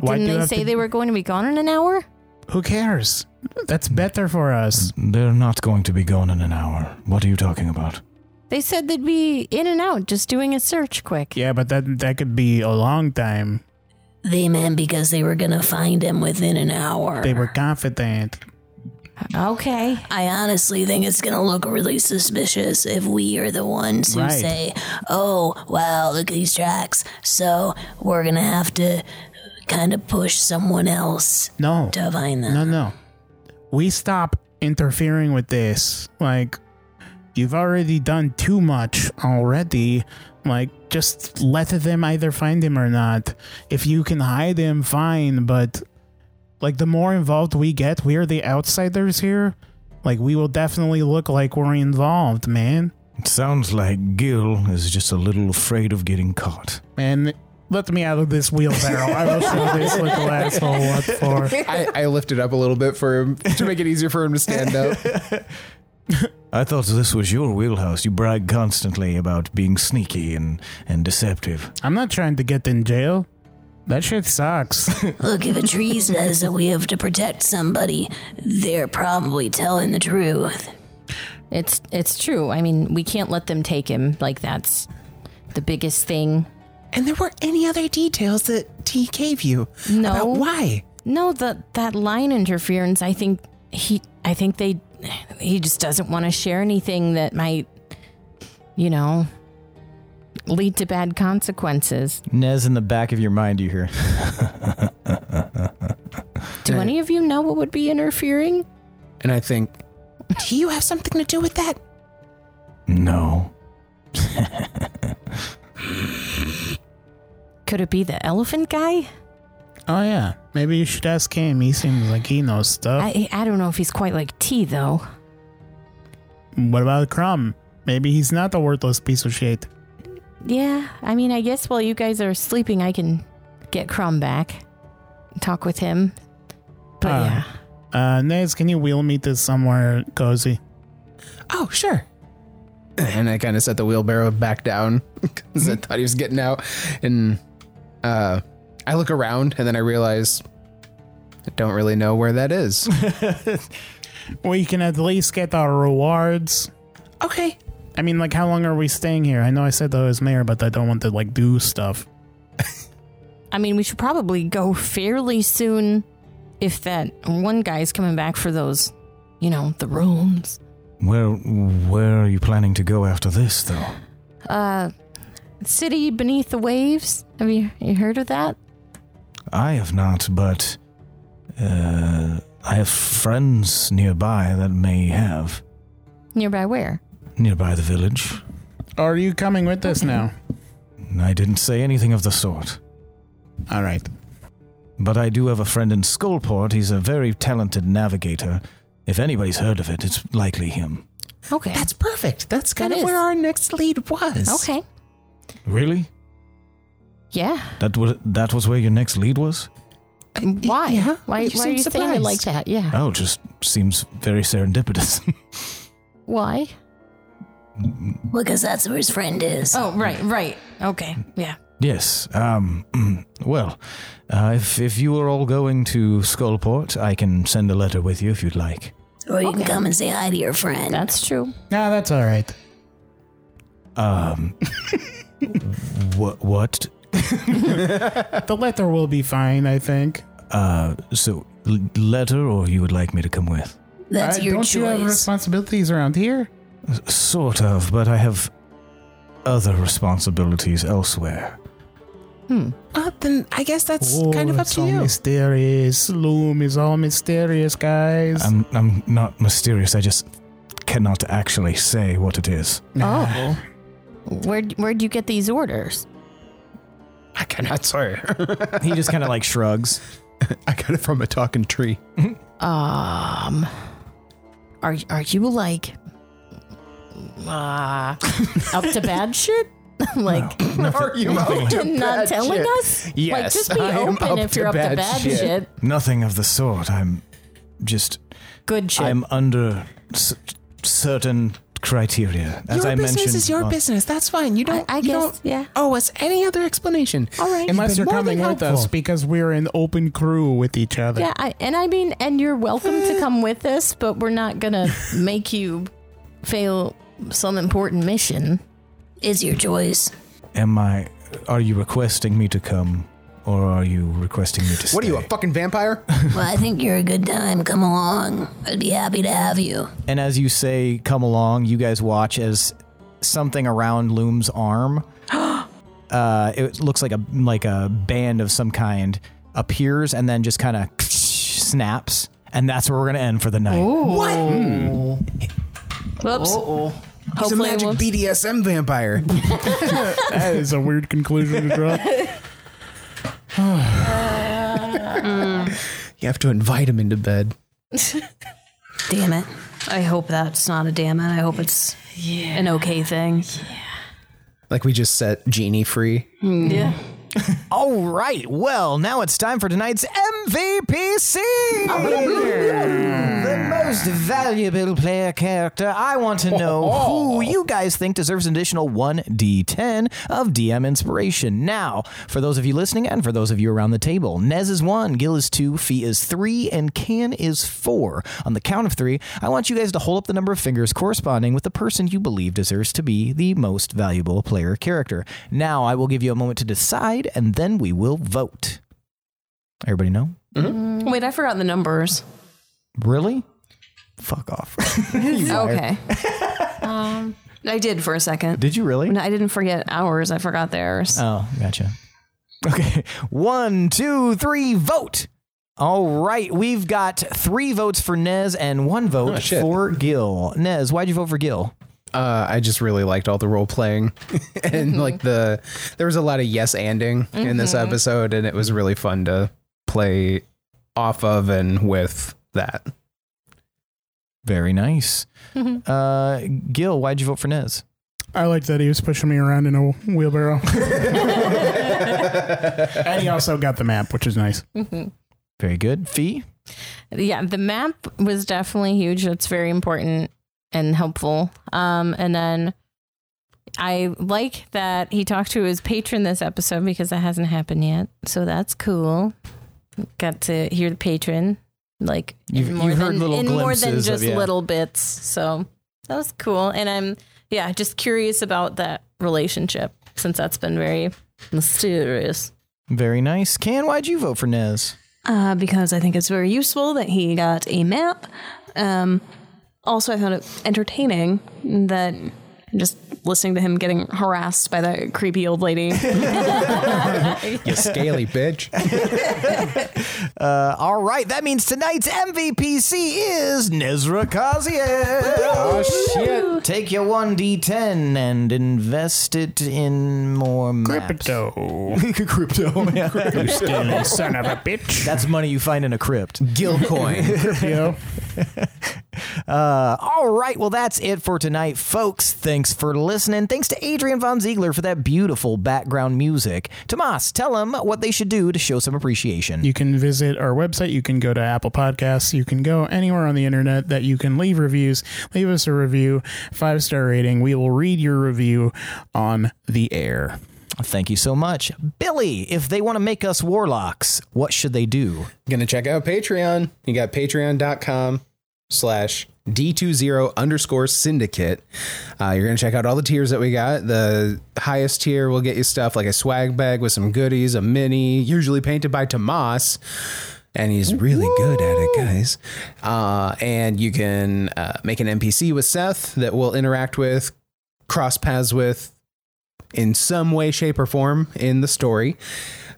Why
Didn't
do you
they
have
say
to-
they were going to be gone in an hour?
Who cares? That's better for us.
They're not going to be gone in an hour. What are you talking about?
They said they'd be in and out just doing a search quick.
Yeah, but that that could be a long time.
They meant because they were gonna find him within an hour.
They were confident.
Okay.
I honestly think it's gonna look really suspicious if we are the ones who
Right.
say, "Oh, wow, look at these tracks." So we're gonna have to kind of push someone else
No.
to find them.
No, no. We stop interfering with this. Like you've already done too much already. Like, just let them either find him or not. If you can hide him, fine. But like, the more involved we get, we are the outsiders here. Like, we will definitely look like we're involved, man.
It sounds like Gil is just a little afraid of getting caught.
And let me out of this wheelbarrow. I will show this little asshole what for.
I, I lifted up a little bit for him to make it easier for him to stand up.
I thought this was your wheelhouse. You brag constantly about being sneaky and, and deceptive.
I'm not trying to get in jail. That shit sucks.
Look, if a
[laughs]
tree says that we have to protect somebody, they're probably telling the truth.
It's it's true. I mean, we can't let them take him. Like that's the biggest thing.
And there weren't any other details that T gave you.
No.
About why?
No, that that line interference. I think he. I think they. He just doesn't want to share anything that might, you know, lead to bad consequences.
Nez, in the back of your mind, you hear.
Do any of you know what would be interfering?
And I think
Do you have something to do with that?
No.
Could it be the elephant guy?
Oh, yeah. Maybe you should ask him. He seems like he knows stuff.
I I don't know if he's quite like T though.
what about Crumb? Maybe he's not a worthless piece of shit.
Yeah, I mean, I guess while you guys are sleeping, I can get Crumb back, talk with him. But
Uh,
yeah,
Uh, Nez, can you wheel me to somewhere cozy?
Oh, sure.
and I kind of set the wheelbarrow back down [laughs] because I thought he was getting out. And uh, I look around and then I realize I don't really know where that is.
We can at least get our rewards.
Okay.
I mean, like, how long are we staying here? I know I said that I was mayor, but I don't want to, like, do stuff.
I mean, we should probably go fairly soon if that one guy's coming back for those, you know, the rooms.
Where where are you planning to go after this, though?
Uh, City Beneath the Waves. Have you, you heard of that?
I have not, but uh, I have friends nearby that may have
Nearby where?
nearby the village.
Are you coming with us now?
I didn't say anything of the sort.
All right.
But I do have a friend in Skullport. He's a very talented navigator. If anybody's heard of it, it's likely him.
Okay.
That's perfect. That's kind
That is.
of where our next lead was.
Okay.
Really?
Yeah.
That was that was where your next lead was?
Why?
Uh, yeah,
Why, why are
you seem
you saying it like that? Yeah.
Oh, just seems very serendipitous. [laughs]
Why?
Because that's where his friend is.
Oh, right, right. Okay. Yeah.
yes. Um. Well, uh, if if you are all going to Skullport, I can send a letter with you if you'd like.
Or you can come and say hi to your friend.
That's true.
Nah, that's all right.
[laughs]
Um. what? What?
The letter will be fine, I think.
Uh. So, l- letter, or you would like me to come with?
That's
Uh,
your
don't
choice.
you have responsibilities around here?
Sort of, but I have other responsibilities elsewhere.
Uh, then I guess that's kind of up
it's
to
all
you.
mysterious. Loom is all mysterious, guys.
I'm I'm not mysterious. I just cannot actually say what it is.
Oh. Where'd, where'd you get these orders?
[laughs] I cannot swear.
he just kind of like shrugs.
[laughs] I got it from a talking tree.
Um, are are you like uh, up to
[laughs]
bad shit? [laughs] like
[laughs] Are you up to
not
bad
telling
shit?
us?
Yes,
like
[laughs]
just be
I am
open
up
if
to
you're up to
bad
bad shit.
shit.
Nothing of the sort. I'm just
Good shit.
I'm under c- certain criteria. As
your
I
business
mentioned, uh,
is your
uh,
on-
business. That's fine. You don't.
I
you
guess,
don't
yeah.
owe us any other explanation.
[laughs] All right.
Unless
You've
you're
been more
coming
than
with
helpful.
us because we're an open crew with each other.
yeah, I, and I mean, and you're welcome to come with us, but we're
[laughs]
not gonna make you fail some
[laughs]
important mission.
It's your choice.
Am I? Are you requesting me to come, or are you requesting me to stay?
What are you, a fucking vampire?
Well, I think you're a good time. Come along. I'd be happy to have you.
[laughs] And as you say, come along, you guys watch as something around Loom's
[gasps]
arm. uh, it looks like a like a band of some kind appears and then just kind of snaps, and that's where we're gonna end for the night.
What?
Whoops.
He's a
Hopefully it
magic
won't-
BDSM vampire.
that is a weird conclusion to
[laughs]
draw.
[laughs] You have to invite him into bed.
damn it. I hope that's not a damn it. I hope it's an okay thing.
Like we just set Genie free.
Yeah.
All right. Well, now it's time for tonight's MVPC. the most valuable player character. I want to know who you guys think deserves an additional 1d10 of DM inspiration. Now, for those of you listening and for those of you around the table, Nez is 1, Gil is 2, Fee is 3, and Can is 4. On the count of 3, I want you guys to hold up the number of fingers corresponding with the person you believe deserves to be the most valuable player character. Now, I will give you a moment to decide, and then we will vote. Everybody know?
Wait, I forgot the numbers.
Really? Fuck off.
okay. um, I did for a second.
Did you really?
No, I didn't forget ours. I forgot
Uh.
theirs.
Oh, gotcha. Okay. [laughs] One, two, three, vote. All right. We've got three votes for Nez and one vote
Oh, shit.
for Gil. Nez, why'd you vote for Gil?
Uh, I just really liked all the role playing [laughs] and like the there was a lot of yes anding in this
Mhm.
episode, and it was really fun to play off of and with that. [laughs]
Very nice. uh, Gil, why'd you vote for Nez?
I like that he was pushing me around in a
[laughs]
wheelbarrow. and he also got the map, which is nice.
Very good. Fee?
Yeah, the map was definitely huge. That's very important and helpful. Um, and then I like that he talked to his patron this episode because that hasn't happened yet. So that's cool. Got to hear the patron like
You've-
in more
you've
than,
heard little
in more than
glimpses of-
just
yeah.
little bits. So that was cool. And I'm yeah, just curious about that relationship since that's been very mysterious.
Very nice. Can, why'd you vote for Nez?
Uh, because I think it's very useful that he got a map. Um, also, I found it entertaining that just listening to him getting harassed by that creepy old lady.
You scaly bitch.
Uh, all right. That means tonight's MVPC is Nezra Kazier. oh, shit. Take your 1d10 and invest it in more maps.
[laughs]
Crypto.
Crypto, man.
You stealing son of a bitch.
That's money you find in a crypt.
Gil coin.
Crypto.
Uh, all right. Well, that's it for tonight, folks. Thanks for listening. Thanks to Adrian Von Ziegler for that beautiful background music. Tomas, tell them what they should do to show some appreciation.
You can visit our website. You can go to Apple Podcasts. You can go anywhere on the internet that you can leave reviews. Leave us a review, five star rating. We will read your review on the air.
Thank you so much. Billy, if they want to make us warlocks, what should they do?
Gonna check out Patreon. You got patreon.com slash D20 underscore syndicate. Uh, you're gonna check out all the tiers that we got. The highest tier will get you stuff like a swag bag with some goodies, a mini, usually painted by Tomas. And he's really good at it, guys. Uh, and you can uh, make an NPC with Seth that we'll interact with, cross paths with, in some way, shape, or form in the story.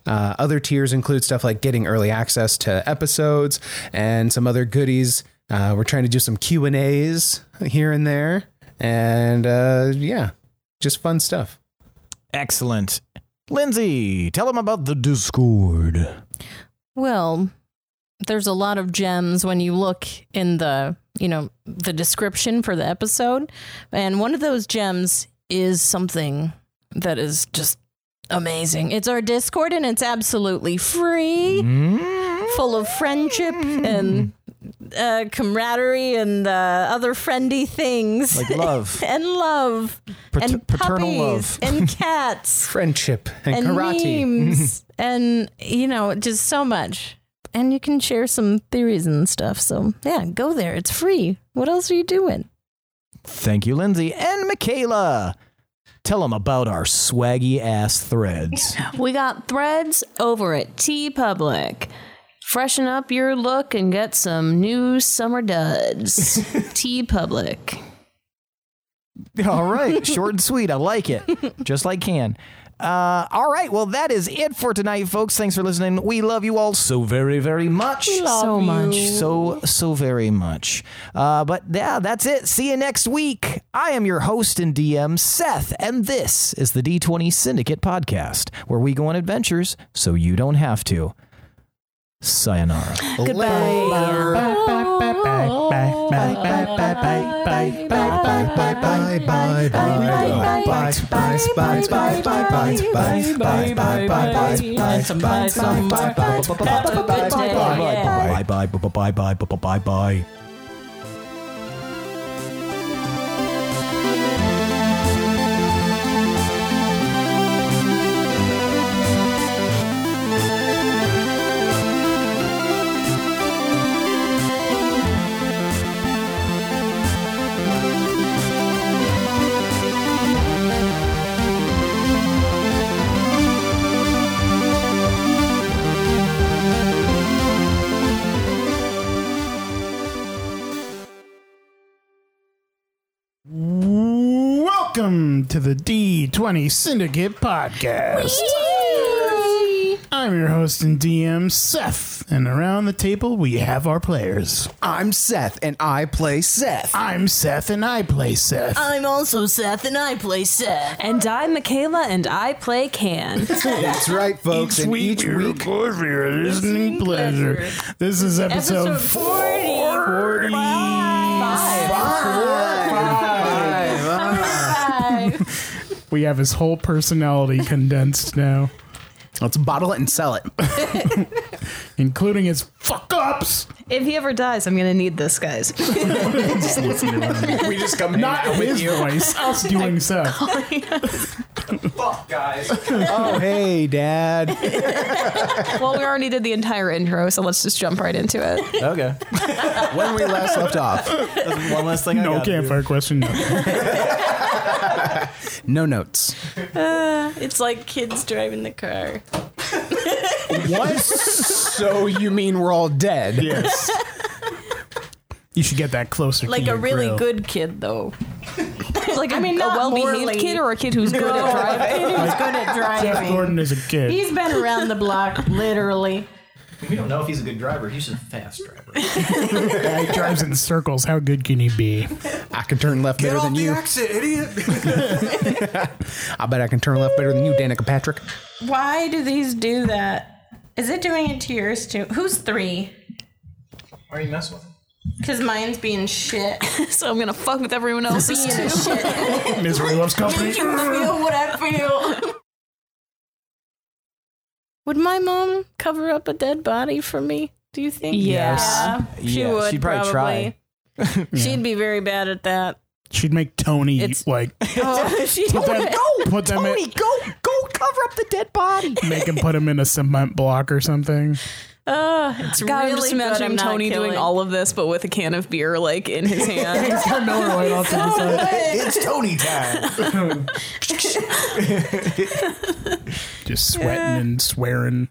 Uh, other tiers include stuff like getting early access to episodes and some other goodies. Uh, we're trying to do some Q and A's here and there, and uh, yeah, just fun stuff.
Excellent. Lindsay, tell them about the Discord.
Well, there's a lot of gems when you look in the, you know, the description for the episode. And one of those gems is something that is just amazing. It's our Discord and it's absolutely free,
Mm-hmm.
full of friendship and uh, camaraderie and uh, other friendly things.
Like love.
[laughs] and love.
Pat-
and
paternal
puppies
love. [laughs]
and cats
Friendship and,
and
karate.
memes and you know just so much and you can share some theories and stuff so yeah go there it's free what else are you doing
Thank you, Lindsay. And Michaela, tell them about our swaggy ass threads.
We got threads over at T Public. Freshen up your look and get some new summer duds. T Public.
[laughs] All right, short and sweet. I like it. Just like can. Uh, all right. Well, that is it for tonight, folks. Thanks for listening. We love you all so very, very much.
We love So you. much.
So, so very much. Uh, but yeah, that's it. See you next week. I am your host and DM, Seth, and this is the D20 Syndicate podcast, where we go on adventures so you don't have to. Sayonara.
Goodbye.
Bye bye bye bye bye bye bye bye.
Welcome to the D20 Syndicate Podcast. I'm your host and DM, Seth, and around the table we have our players. I'm Seth, and I play Seth. I'm Seth, and I play Seth.
I'm also Seth, and I play Seth.
And I'm Michaela, and I play Can.
That's right, folks.
Each
and
week
each
we
week,
record for your listening pleasure. This is episode,
Episode
40. We have his whole personality condensed now.
Let's bottle it and sell it.
Including his fuck [laughs] ups.
If he ever dies, I'm gonna need this, guys.
we just come
Not
out with
his
you.
[laughs] voice, us doing so.
Fuck, guys. oh, hey, Dad.
well, we already did the entire intro, so let's just jump right into it. [laughs]
Okay.
when we last left off.
one last thing.
No campfire question.
No notes.
Uh, it's like kids driving the car.
What? so you mean we're all dead?
[laughs] Yes. You should get that closer.
Like
to
a
your
really
grill.
good kid, though.
Like, I mean,
not
a well-behaved
morally.
kid or a kid
[laughs]
who's good at driving.
He's good at
Jeff
driving.
Gordon is a kid.
He's been around the block, literally.
We don't know if he's a good driver. He's a fast driver.
Yeah, he drives in circles. How good can he be?
I can turn left better than you.
exit, idiot!
[laughs] I bet I can turn left better than you, Danica Patrick.
Why do these do that? Is it doing it to yours too? Who's three?
Why are you messing with him?
Because mine's being
[laughs]
shit.
so I'm gonna fuck with everyone else's
being
too.
a shit.
[laughs] Misery loves company.
Make you feel what I feel.
Would my mom cover up a dead body for me?
Do you think?
Yes.
Yeah, she
Yeah,
would.
she'd probably try.
probably. She'd be very bad at that.
She'd make Tony like
[laughs]
Oh, she
put them,
would.
put them in,
go, go, cover up the dead body.
make him put him in a cement block or something.
Oh, [laughs] it's
God,
really
I'm just
good
imagining
I'm not
Tony
killing.
doing all of this, but with a can of beer like in
[laughs]
his hand.
He's got Miller Lite off to the side.
It's Tony time.
Just sweating and swearing.